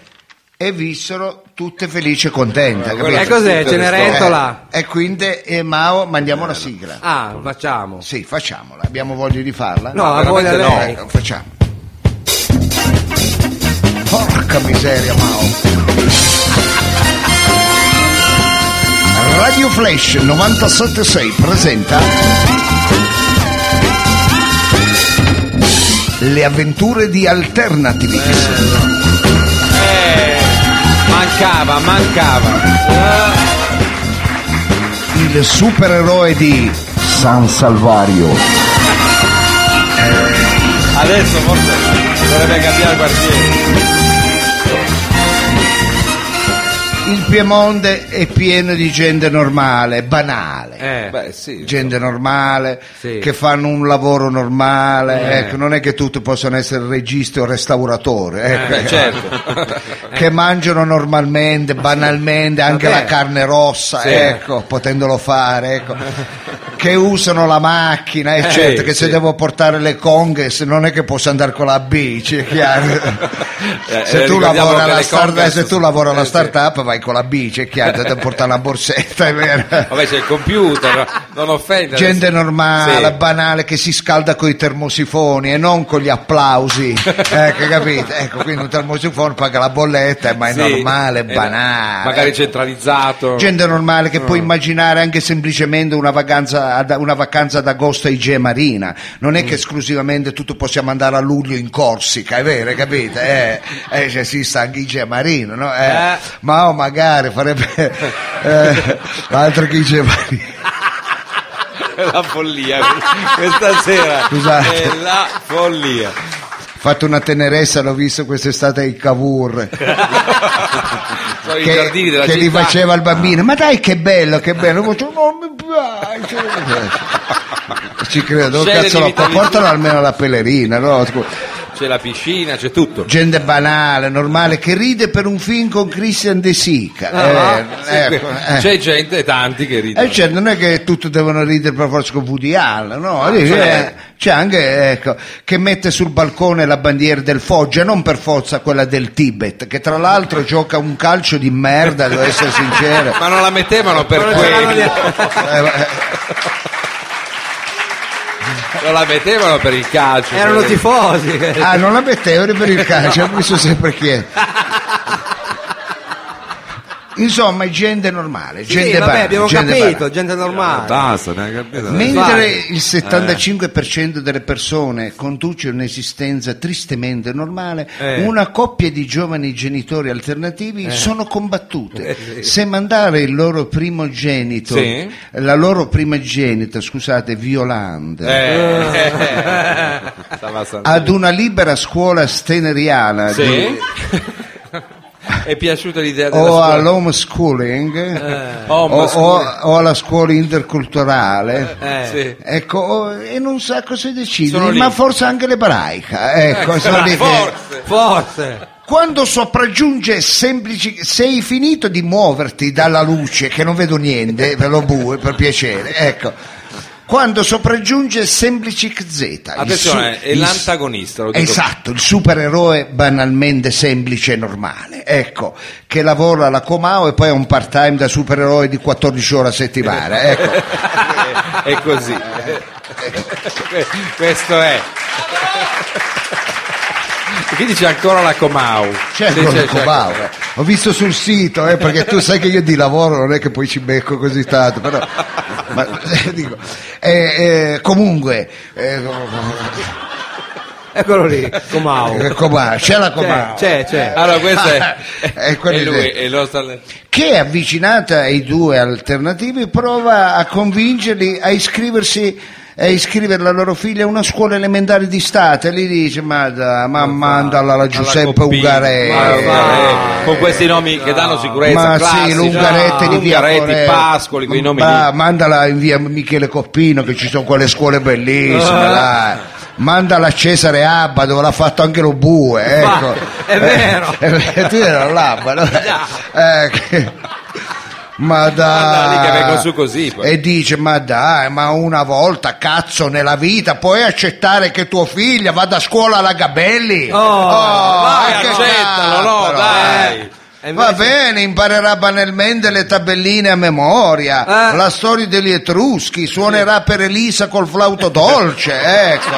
e vissero tutte felici e contente. capito?
E Eh, cos'è?
Tutte le
Cenerentola?
Eh, e quindi eh, Mao mandiamo una sigla.
Ah, facciamo.
Sì, facamola. Abbiamo voglia di farla?
No, ha
veramente
voglia
no.
lei.
Ecco, facciamo. Porca miseria, Mao. Radio Flash 976 presenta Le avventure di Alternatives.
Eh, mancava, mancava.
il supereroe di San Salvario.
Adesso forse dovrebbe cambiare quartiere.
Il Piemonte è pieno di gente normale, banale.
Eh,
Beh, sì.
gente normale
Sì.
che fanno un lavoro normale
Eh.
ecco, non è che tutti possono essere registi o restauratori ecco,
Eh, certo.
[LAUGHS] che mangiano normalmente banalmente anche
Vabbè.
la carne rossa
Sì.
ecco, potendolo fare ecco. che usano la macchina eccetera che se
Eh, sì.
devo portare le conghe se non è che posso andare con la bici è
[LAUGHS]
chiaro
Eh,
se,
eh,
tu
ricordiamo
lavora
che
alla
le
start-
Converse
se tu
sono-
lavori alla
eh, sì.
startup vai con la bici è chiaro devi portare la borsetta è
[LAUGHS]
vero
Vabbè, c'è il computer, non offendere.
gente normale,
Sì.
banale che si scalda con i termosifoni e non con gli
[LAUGHS]
applausi. ecco, capite? Ecco, quindi un termosifono paga la bolletta, ma è
Sì.
normale, è
Eh,
banale.
Magari
Ecco.
centralizzato. [LAUGHS]
Gente normale che può immaginare anche semplicemente una vacanza, ad- una vacanza d'agosto a Igea Marina. Non è che esclusivamente tutti possiamo andare a luglio in Corsica, è vero, capite? Eh, eh, cioè, esiste anche Igea Marina, no? Eh,
Eh.
Ma oh, magari farebbe eh, altro che Igea Marina.
la follia questa sera
Scusate.
è la follia
fatto una tenerezza, l'ho visto quest'estate ai Cavour
sono i
che,
giardini della
che
città
li faceva al bambino, ma dai che bello, che bello, Faccio, non mi piace. Ci credo, dove
Scene
cazzo
di
lo
vita di-
portano almeno la pellerina, no? Scusa.
c'è la piscina c'è tutto
gente banale, normale, che ride per un film con Christian De Sica. Eh,
Ah, Sì, Cioè,
ecco,
que-
eh.
c'è gente tanti che ridono
Eh, certo, non è che tutti devono ridere per forza con Woody Allen, no?
Ah,
Eh,
cioè-
c'è anche ecco, che mette sul balcone la bandiera del Foggia, non per forza quella del Tibet, che tra l'altro gioca un calcio di merda, devo essere sincero.
[LAUGHS] ma non la mettevano per
non c'erano
quello
gli-
Eh, eh,
non la mettevano per il calcio
erano
perché-
tifosi
ah, non la mettevano per il calcio, mi sono sempre chiesto. Insomma, è gente normale,
Sì,
gente
vabbè
banale,
abbiamo
gente
capito
banale.
gente normale
Basta, abbiamo capito.
Mentre
Vai.
il 75% delle persone conduce un'esistenza tristemente normale,
Eh.
una coppia di giovani genitori alternativi sono combattute.
Eh,
Se mandare il loro primogenito,
Sì.
la loro primogenita, scusate, Violanda,
eh, eh. Stava assando.
ad una libera scuola steneriana [LAUGHS]
Sì?
di-
Eh. è piaciuta l'idea della
o
scuola Eh.
all'homeschooling
Oh,
o,
Homeschooling.
o- o alla scuola interculturale.
Eh, sì.
Ecco, oh, e non sa cosa
Sono
decidere,
lì. Eh,
ma forse anche l'ebraica. Ecco, sono lì che-
forse
forse
Quando sopraggiunge semplici, sei finito di muoverti dalla luce, che non vedo niente, ve lo bue, per piacere, ecco. Quando sopraggiunge semplici Z, il su-
attenzione è
il-
l'antagonista lo dico
Esatto, il supereroe banalmente semplice e normale, ecco, che lavora alla Comao e poi è un part-time da supereroe di 14 ore a settimana, ecco.
è così
Eh.
questo è e chi dice ancora la Comau
Certo,
Sì,
la
c'è- c'è-
Comau, eh. Ho visto sul sito, eh, perché tu sai che io di lavoro non è che poi ci becco così tanto, però... ma, dico, eh, eh, comunque, eh,
eccolo
[LAUGHS]
lì Comau
eh, Comau, c'è la
c'è
Comau.
c'è, c'è.
allora questo è,
Eh. [LAUGHS] È quello
è lui
che-
è il nostro-
che avvicinata ai due alternativi prova a convincerli a iscriversi a iscrivere la loro figlia a una scuola elementare di state lì dice ma, da- ma mandala la Giuseppe
Coppini. Ma
Ugarelli
guarda, eh, con questi nomi che danno sicurezza
ma sì,
classici,
l'Ungaretti di via
Ungaretti,
Correa.
Pascoli quei nomi
Ma
lì
mandala in via Michele Coppino che ci sono quelle scuole bellissime dai.
Ah.
mandala a Cesare Abba dove l'ha fatto anche lo bue ecco. [LAUGHS]
è vero.
Eh, tu eri l'Abba no? Ecco. ma
Mandala lì che
dai
vengono su così, poi.
e dice ma dai ma una volta cazzo nella vita puoi accettare che tua figlia vada a scuola alla Gabelli
Oh,
Oh,
vai,
anche
accettalo, no,
Gabbaro,
dai.
Ah, eh.
E
Va
invece-
bene, imparerà banalmente le tabelline a memoria,
Eh.
la storia degli Etruschi, suonerà per Elisa col flauto dolce,
[LAUGHS]
ecco.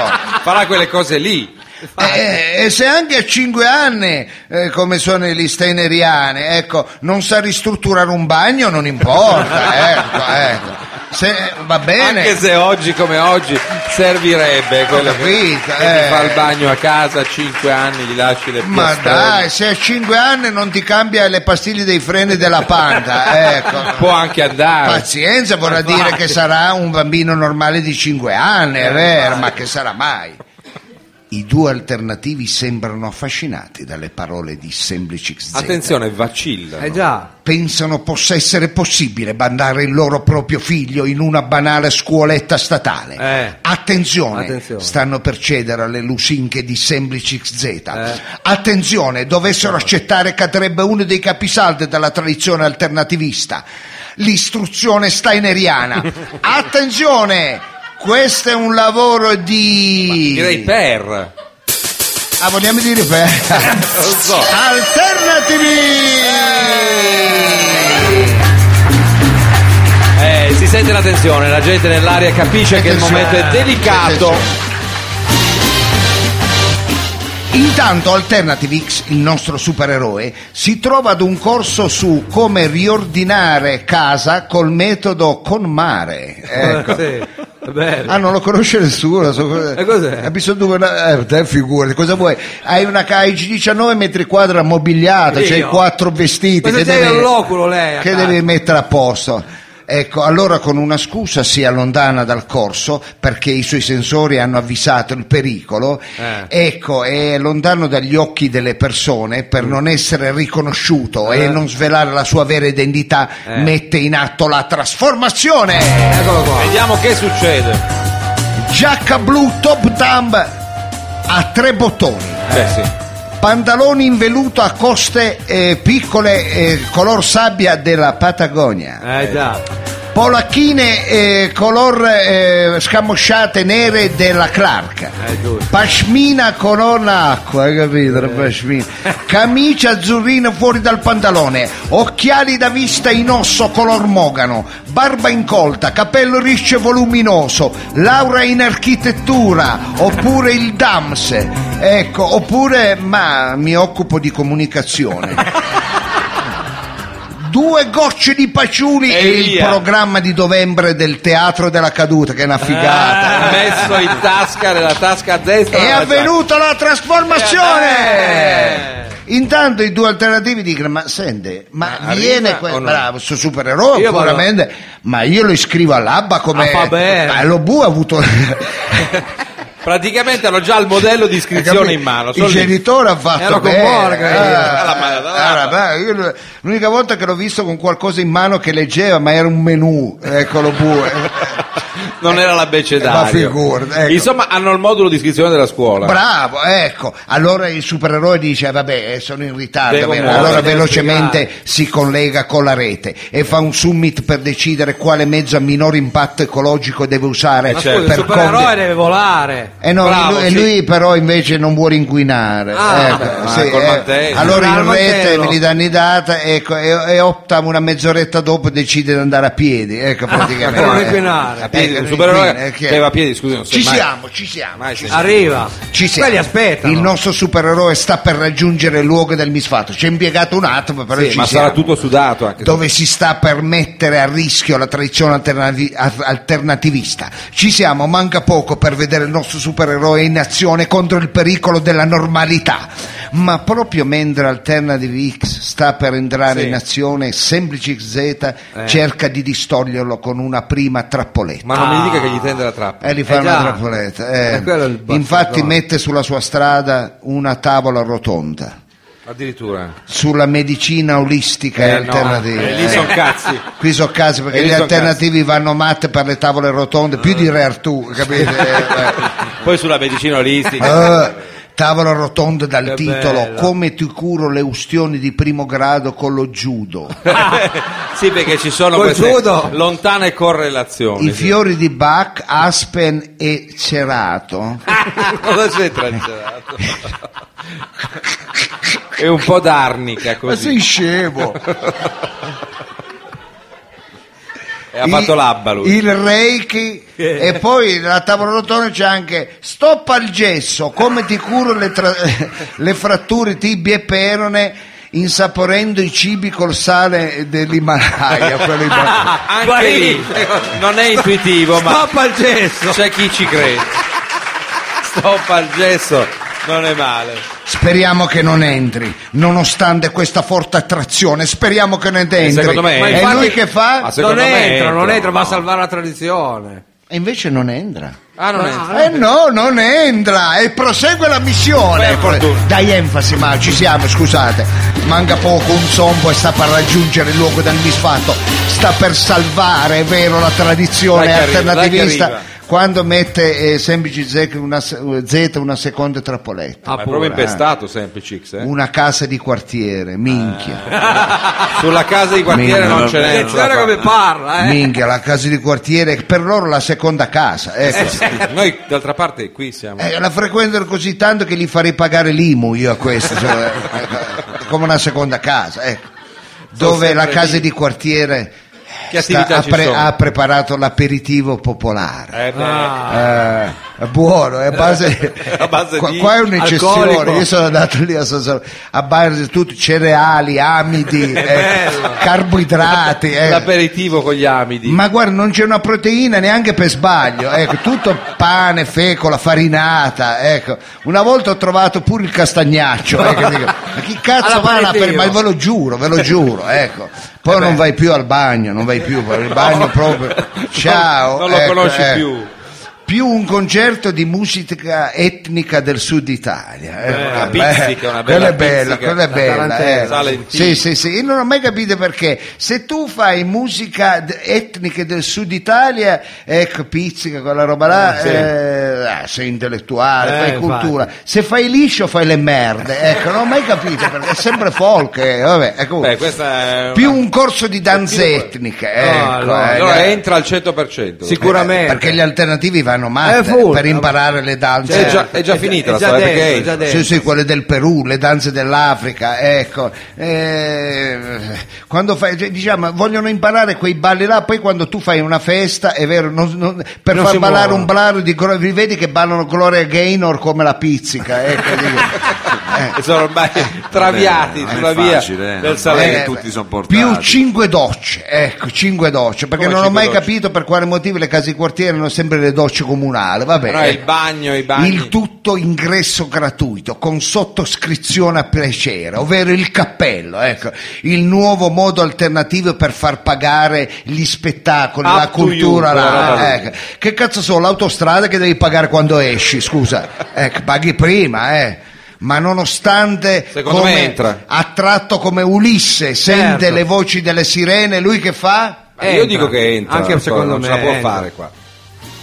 farà quelle cose lì
Eh, eh, e se anche a 5 anni, eh, come sono gli steineriani, ecco, non sa ristrutturare un bagno, non
[LAUGHS]
importa, ecco, ecco. Se- va bene.
anche se oggi come oggi servirebbe quello che,
capito,
che ti
eh.
fa il bagno a casa a 5 anni gli lasci le
Ma
piastrelle
dai, se a 5 anni non ti cambia le pastiglie dei freni della
[LAUGHS]
panda, ecco.
può anche andare
Pazienza vorrà dire che sarà un bambino normale di 5 anni, è vero, ma che sarà mai? I due alternativi sembrano affascinati dalle parole di Semplici Z.
Attenzione, vacilla.
Eh già,
Pensano possa essere possibile bandare il loro proprio figlio in una banale scuoletta statale.
Eh.
Attenzione,
Attenzione.
stanno per cedere alle lusinche di Semplici Z. Attenzione, dovessero accettare cadrebbe uno dei capisaldi della tradizione alternativista, l'istruzione steineriana. Attenzione, questo è un lavoro di...
Direi per.
Ah, vogliamo dire per...
Non so.
Alternativi!
Eh, si sente la tensione, la gente nell'aria
Eh,
capisce che il momento è delicato.
Intanto Alternative X, il nostro supereroe, si trova ad un corso su come riordinare casa col metodo con
[LAUGHS]
mare. Ecco.
Eh,
[LAUGHS]
sì, è bello.
Ah, non lo conosce nessuno. So,
E cos'è?
Episodio eh, te figurati, cosa vuoi? Hai una ca- hai 19 metri quadri ammobiliata,
Io?
c'hai quattro vestiti.
Cosa
Che
c'è
devi,
all'oculo lei ah. a
che
casa?
devi mettere a posto. Ecco, allora con una scusa si allontana dal corso perché i suoi sensori hanno avvisato il pericolo.
Eh.
Ecco, è lontano dagli occhi delle persone
Mm.
per non essere riconosciuto
Eh.
e non svelare la sua vera identità, mette in atto la trasformazione.
Eccolo qua.
Vediamo che succede.
Giacca blu top thumb a tre bottoni.
Beh, Eh, sì.
Pantaloni in velluto a coste eh, piccole eh, color sabbia della Patagonia.
Eh già,
Polacchine eh, color eh, scamosciate nere della Clark.
eh giusto.
Pashmina corona acqua, hai capito? La pashmina. Camicia azzurrina fuori dal pantalone, occhiali da vista in osso color mogano, barba incolta, capello riccio e voluminoso, laurea in architettura, oppure il DAMS. Ecco, oppure ma mi occupo di comunicazione. Due gocce di paciuli
E
e, il
via.
programma di novembre del Teatro della Caduta, che è una figata.
Ha messo in tasca, nella tasca a destra.
È
la-
avvenuta la
Eh,
trasformazione! Intanto i due alternativi dicono: Ma senti, ma
Ma
viene
arriva o
questo
no?
bravo, sto supereroe,
Io vado-
puramente, ma io lo iscrivo all'Abba come.
Ah, va bene.
Eh, lo Bu ha
[LAUGHS]
avuto. [LAUGHS]
Praticamente hanno già il modello di iscrizione in mano. Eh,
Il
sono lì.
genitore ha fatto
Ero con
bene.
Borga, io.
Alla mano, alla
ah, beh, io lo- l'unica volta che l'ho visto con qualcosa in mano che leggeva, ma era un menù, eccolo Bu.
[LAUGHS] Non era l'abecedario.
Ma figurati, ecco.
Insomma, hanno il modulo di iscrizione della scuola.
Bravo, ecco. Allora il supereroe dice: "Ah, Vabbè, eh, sono in ritardo.
Devo
bene."
muovere,
Allora
devo
velocemente si collega con la rete e fa un summit per decidere quale mezzo a minor impatto ecologico deve usare.
Eh,
Ma
certo.
scusa, il
Cioè, per
supereroe
convi-
deve volare.
Eh no,
Bravo,
lui, e
sì.
lui però invece non vuole inquinare.
Ah,
Ecco,
vabbè,
ma
sì,
col
eh,
mantello.
allora
Ah, il
in rete
mantello.
me li danno i data ecco, e, e opta una mezz'oretta dopo e decide di andare a piedi. Ecco,
Ah,
praticamente.
per
[LAUGHS]
non inquinare.
Eh,
A piedi,
eh,
un supereroe
inquina, eh, chi è?
che va a piedi, scusi, non si è
Ci
mai-
siamo, ci siamo.
mai sentito.
Arriva.
Ci siamo.
Quelli aspettano.
Il nostro supereroe sta per raggiungere il luogo del misfatto. Ci è impiegato un attimo, però
Sì,
ci
ma
siamo.
sarà tutto sudato anche.
Dove si sta per mettere a rischio la tradizione alternati- a- alternativista. Ci siamo, manca poco per vedere il nostro supereroe in azione contro il pericolo della normalità. Ma proprio mentre Alternative X sta per entrare
Sì. Eh.
in azione, Semplice Z cerca di distoglierlo con una prima trappoletta.
Ma non
Ah.
mi dica che gli tende la trappola.
E li fa
Eh
una
già.
trappoletta. eh.
Eh, quello è il bastardo.
Infatti mette sulla sua strada una tavola rotonda
Addirittura.
sulla medicina olistica e
Eh, no.
alternativa.
Eh, lì son cazzi.
Qui sono casi perché
Eh, lì
gli
son
alternativi vanno matte per le tavole rotonde, più di Re Artù, capite? Eh,
Poi sulla medicina olistica.
eh, tavola rotonda dal
Che
titolo
bello.
Come ti curo le ustioni di primo grado con lo judo.
[LAUGHS] sì, perché ci sono
Col
queste
judo.
lontane correlazioni.
I fiori di Bach, Aspen e Cerato.
[LAUGHS] Cosa c'entra il gelato? È un po' d'arnica
Ma
così.
sei scemo!
E ha fatto
Il-
l'abba lui.
Il reiki e poi la tavola rotonda c'è anche stoppa il gesso, come ti curo le, tra- [LAUGHS] le fratture tibie e perone insaporendo i cibi col sale dell'Himalaya. quello Himalaya.
[LAUGHS] Ah, anche
Guarì.
lì non è intuitivo, ma
Stoppa il gesso.
c'è chi ci crede. Stoppa il gesso, non è male.
Speriamo che non entri, nonostante questa forte attrazione, speriamo che non entri.
secondo me
e
Ma infatti-
lui che fa?
Ma secondo
non
me
entra, non
entra,
entra, va a
no.
salvare la tradizione.
E invece non entra.
Ah, non entra.
Eh no, non entra e prosegue la missione. Ecco,
Beh, fortuna.
Dai enfasi, ma ci siamo, scusate. Manca poco un sombo e sta per raggiungere il luogo del misfatto. Sta per salvare, è vero, la tradizione
Dai che arriva,
alternativista
dai che arriva.
quando mette eh, semplici Z una, se- Z una seconda trappoletta.
Ah,
Ma è proprio
pure,
impestato semplice X, eh.
eh. Una casa di quartiere, minchia.
Sulla casa di quartiere
Minchia,
non ce n'è.
Attenzione Eh, come parla, eh.
Minchia, la casa di quartiere è per loro la seconda casa.
Eh,
Ecco.
[LAUGHS] Noi d'altra parte qui siamo.
Eh, la frequentano così tanto che li farei pagare l'IMU io a questo,
[LAUGHS]
cioè, eh, come una seconda casa, ecco. dove la
sempre
casa
lì.
di quartiere eh,
Che
sta-
attività
ha,
ci
pre-
sono?
ha preparato l'aperitivo popolare.
Eh, beh.
Ah. Eh, è buono, è a base,
[LAUGHS] A base
qua,
di
qua è un'eccezione.
alcolico.
Io sono andato lì a San Sal- a base di tutto, cereali, amidi, eh, carboidrati. eh.
L'aperitivo con gli amidi.
Ma guarda, non c'è una proteina neanche per sbaglio, ecco, tutto pane, fecola, farinata, ecco. Una volta ho trovato pure il castagnaccio, ecco, dico, ma chi cazzo va alla per... Ma ve lo giuro, ve lo giuro, ecco.
Eh
Poi non vai più al bagno, non vai più, il bagno
[LAUGHS]
proprio... Ciao!
non lo
ecco,
conosci
ecco.
più.
Più un concerto di musica etnica del sud Italia. ecco,
una
vabbè.
Eh, pizzica, una bella
Quella è bella,
pizzica.
quella è
La
bella.
tarantella.
eh.
Salentino.
Sì, sì, sì, io non ho mai capito perché. Se tu fai musica d- etniche del sud Italia, ecco, pizzica, quella roba là, eh, ah, sei
Eh,
intellettuale, fai cultura. Se fai liscio fai le merde, ecco, non ho mai capito perché è sempre folk. eh, vabbè, ecco.
Beh, questa è
Più
una-
un corso di danze etniche, ecco, eh,
Allora
eh,
entra al 100%.
eh,
Sicuramente.
perché gli alternativi vanno
Eh,
matti
full,
per imparare le danze.
È già, è già finita
Eh, è
la
già
storia
dentro,
perché
è già dentro.
Sì, sì, quelle del Perù, le danze dell'Africa, ecco. Eh, quando fai, cioè, diciamo, vogliono imparare quei balli là, poi quando tu fai una festa, è vero, non- non- per
Non
far
si
ballare
muovono.
un blaro di Gro- vi vedi che ballano Gloria Gaynor come la pizzica, ecco. dico.
E [LAUGHS] sono ormai traviati
non è
sulla via
facile, eh,
del
non
Salento.
è-
Eh,
tutti son portati.
più cinque docce ecco cinque docce perché
Come
non ho
cinque
mai
docce?
capito per quale motivo le case di quartiere hanno sempre le docce comunali vabbè
Però il
ecco.
bagno, i bagni.
Il tutto ingresso gratuito con sottoscrizione a piacere, ovvero il cappello, ecco, il nuovo modo alternativo per far pagare gli spettacoli,
Up
la
to
cultura.
you,
la-
quella roba lì.
ecco. Che cazzo sono l'autostrada che devi pagare quando esci,
[LAUGHS]
scusa, ecco, paghi prima, eh. Ma nonostante
Secondo me entra.
attratto come Ulisse sente
Certo.
le voci delle sirene, lui che fa?
Ma Eh, io
Entra.
dico che entra.
Anche
ancora,
secondo
non
me
ce la può
entra.
fare qua.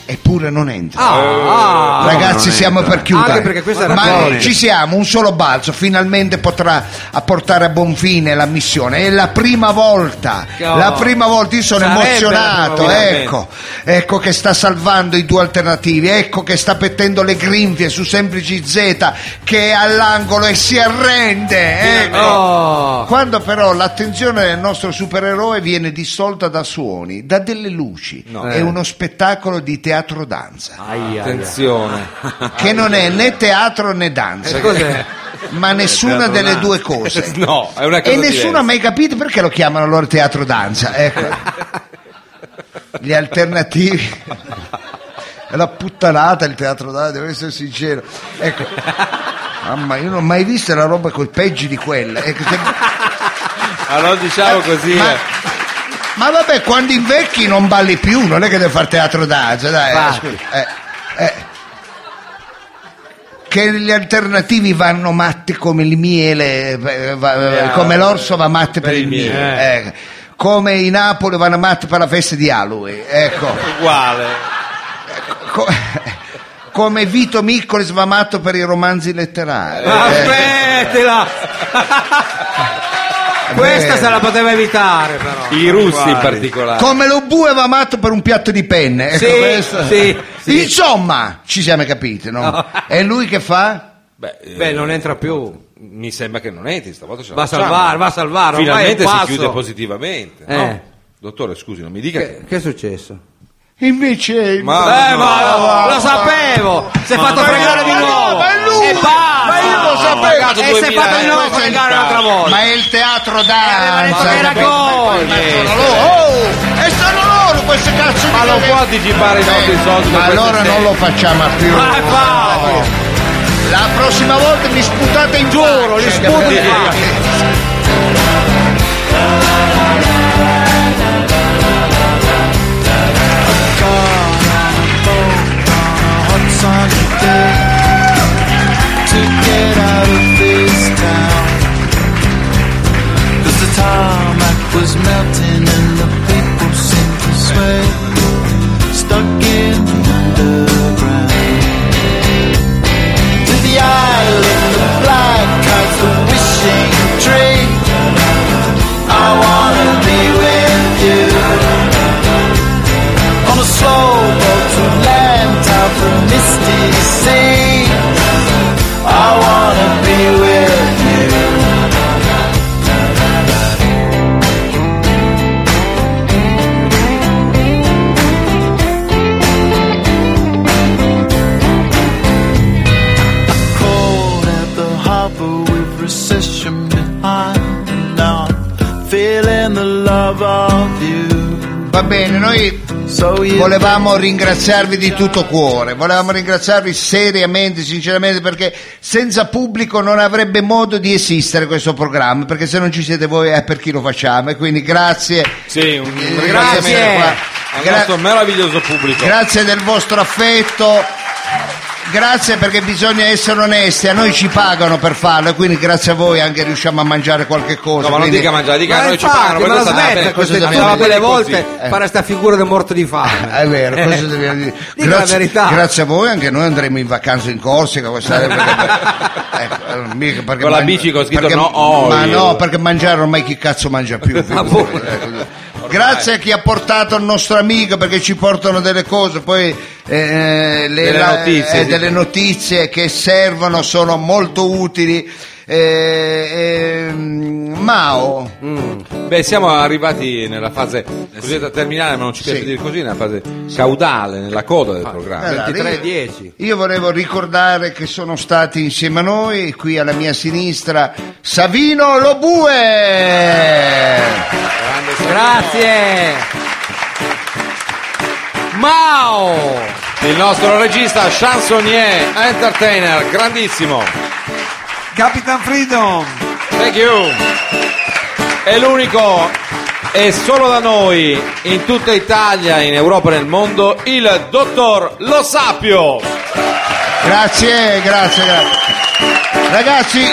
Eh,
Eppure non entra.
Ah, ah.
no,
Ragazzi,
non
siamo
entra.
per chiudere.
Anche perché questa era
Ma
una
noi ci siamo, un solo balzo, finalmente potrà a portare a buon fine la missione. È la prima volta,
Oh.
la prima volta, io sono
Sarebbe la prima
emozionato,
volta.
ecco, ecco che sta salvando i due alternativi, ecco che sta mettendo le grinfie su semplici Z che è all'angolo e si arrende, ecco.
Oh.
Quando però l'attenzione del nostro supereroe viene dissolta da suoni, da delle luci,
Eh.
è uno spettacolo di teatro danza
Aia, aia.
Attenzione.
che non è né teatro né danza,
Eh, cos'è?
ma nessuna delle due
[LAUGHS]
[LAUGHS]
cose.
No, è una cosa
e nessuno
diversa.
ha mai capito perché lo chiamano loro teatro danza. Ecco. Gli alternativi. È la puttanata il teatro danza, devo essere sincero. Ecco. Mamma, io non ho mai visto la roba coi peggi di quella. Ecco, se-
Allora diciamo così.
ma,
eh.
ma vabbè, quando invecchi non balli più, non è che devi fare teatro danza, dai. eh,
Infatti.
scusa, eh, eh. Che gli alternativi vanno matti come il miele, eh, va-
Eh,
come l'orso va matte per,
per
il
il
miele.
miele.
ecco. Come i Napoli vanno matti per la festa di Halloween, ecco.
Uguale.
Co- [LAUGHS] come Vito Miccolis va matto per i romanzi letterari.
Eh.
ecco.
[LAUGHS]
Aspettela! Questa
Beh.
se la poteva evitare, però.
I russi in particolare.
Come lo bue va matto per un piatto di penne. Ecco
Sì,
questo.
sì, sì.
Insomma, ci siamo capiti, no?
No.
E lui che fa?
Beh, eh,
Beh, non entra più.
mi sembra che non entri, stavolta ce la
Va a
facciamo.
salvare, va a salvare, ormai è
Finalmente
un
si
passo.
chiude positivamente. no?
Eh.
Dottore, scusi, non mi dica
Che,
che...
che è successo?
Invece
Ma-
eh, ma lo, lo sapevo! Si è fatto fregare di
ma no,
nuovo!
ma è lui!
E basta!
Ma io lo sapevo!
Ha pagato
E si è
2000
fatto di
eh,
nuovo
questo è il
fregare un'altra
caso.
volta!
Ma è il teatro
Aveva detto
danza.
che era gol!
Ma sono loro, oh, e sono loro queste cazzo di
Ma non
giochi-
può anticipare i nostri
Eh,
soldi per
Ma
queste
allora
serie.
non lo facciamo più.
Ma infatti!
La prossima volta mi sputate in giuro,
li sputi in
Thank superstition behind. Now I'm feeling the love of you.
Va bene, noi
So you
volevamo ringraziarvi di tutto cuore, volevamo ringraziarvi seriamente, sinceramente, perché senza pubblico non avrebbe modo di esistere questo programma, perché se non ci siete voi è per chi lo facciamo. E quindi grazie.
Sì, un
Eh,
ringraziamento qua al
Gra-
nostro meraviglioso pubblico.
Grazie del vostro affetto. Grazie perché bisogna essere onesti, a noi ci pagano per farlo e quindi grazie a voi anche riusciamo a mangiare qualche cosa.
No, ma non
quindi-
dica mangiare, dica
Ma
noi ci
infatti,
pagano,
ma la
poi cosa
smetta cioè,
date?
queste-
Cosa
date?
tutte
date?
le volte
Eh.
fare sta figura di morto di fame.
È vero, questo dobbiamo dire.
Eh. Dica la verità.
grazie a voi, anche noi andremo in vacanza in Corsica quest'anno.
[LAUGHS]
perché- ecco, eh, mica perché
Con la
man-
bici con scritto
perché-
no oh, oil.
Ma no, perché mangiare ormai chi cazzo mangia
[LAUGHS]
più. figurati. Ecco. Grazie a chi ha portato il nostro amico perché ci portano delle cose, poi eh, le-
Delle notizie,
eh,
sì.
delle notizie che servono, sono molto utili. Eh, ehm, Mao,
Beh, siamo arrivati nella fase cosiddetta terminale, ma non ci piace
Sì.
dire così, nella fase caudale, nella coda del programma.
Allora,
23-10.
Io, io volevo ricordare che sono stati insieme a noi, qui alla mia sinistra, Savino Lobue.
Grazie. Mao!
Il nostro regista, chansonnier, entertainer, grandissimo.
Capitan Freedom
Thank you. È l'unico e solo da noi, in tutta Italia, in Europa e nel mondo, il dottor Lo Sapio.
Grazie, grazie, grazie. Ragazzi,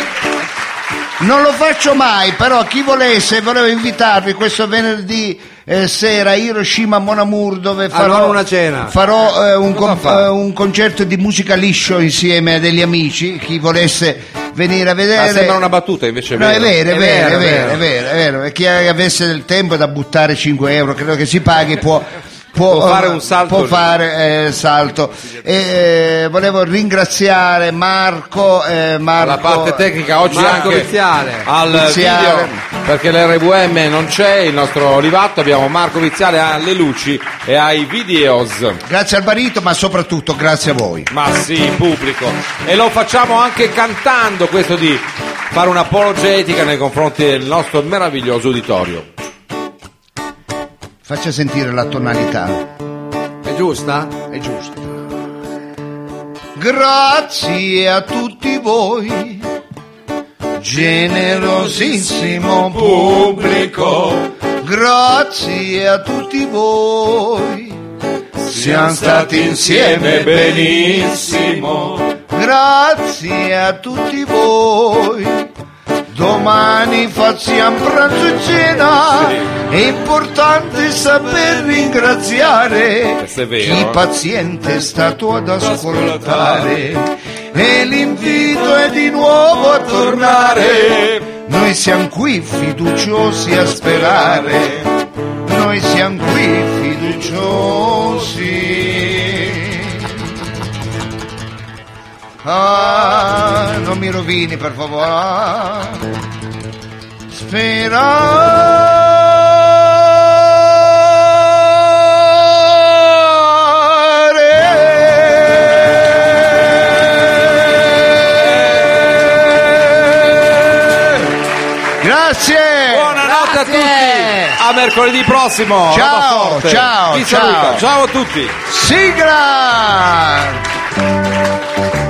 non lo faccio mai, però chi volesse, volevo invitarvi questo venerdì eh, sera a Hiroshima a Monamur dove farò,
Allora una cena.
farò, eh, un,
Cosa
con-
fa?
eh, un concerto di musica liscio insieme a degli amici, chi volesse venire a
Ma
vedere.
Ah, sembra una battuta invece.
No, è vero, è vero, è vero,
È vero,
è vero, è vero. E chi avesse del tempo da buttare 5 euro, credo che si paghi, può, può,
Può fare un salto
può
lì.
fare, eh, salto. E, eh, volevo ringraziare Marco, eh, Marco
alla parte tecnica oggi
Marco
anche
Viziale.
al
Viziale.
video perché l'RVM non c'è il nostro Olivatto abbiamo Marco Viziale alle luci e ai videos
Grazie al barito, ma soprattutto grazie a voi.
ma sì pubblico e lo facciamo anche cantando questo di fare un'apologetica nei confronti del nostro meraviglioso uditorio
Faccia sentire la tonalità,
È giusta?
è giusto. Grazie a tutti voi, generosissimo
pubblico
Grazie a tutti voi, siamo stati insieme
benissimo
Grazie a tutti voi. Domani facciamo pranzo e cena. È importante saper ringraziare
Questo è vero,
chi
eh.
paziente è stato ad ascoltare. E l'invito è di nuovo a tornare. Noi siamo qui fiduciosi a sperare. Noi siamo qui fiduciosi. Ah, non mi rovini per favore. Ah. Sperare. Grazie.
buonanotte a tutti a mercoledì prossimo
Ciao,
Roba forte.
ciao,
Vi
ciao.
saluta. ciao a tutti
Sigla.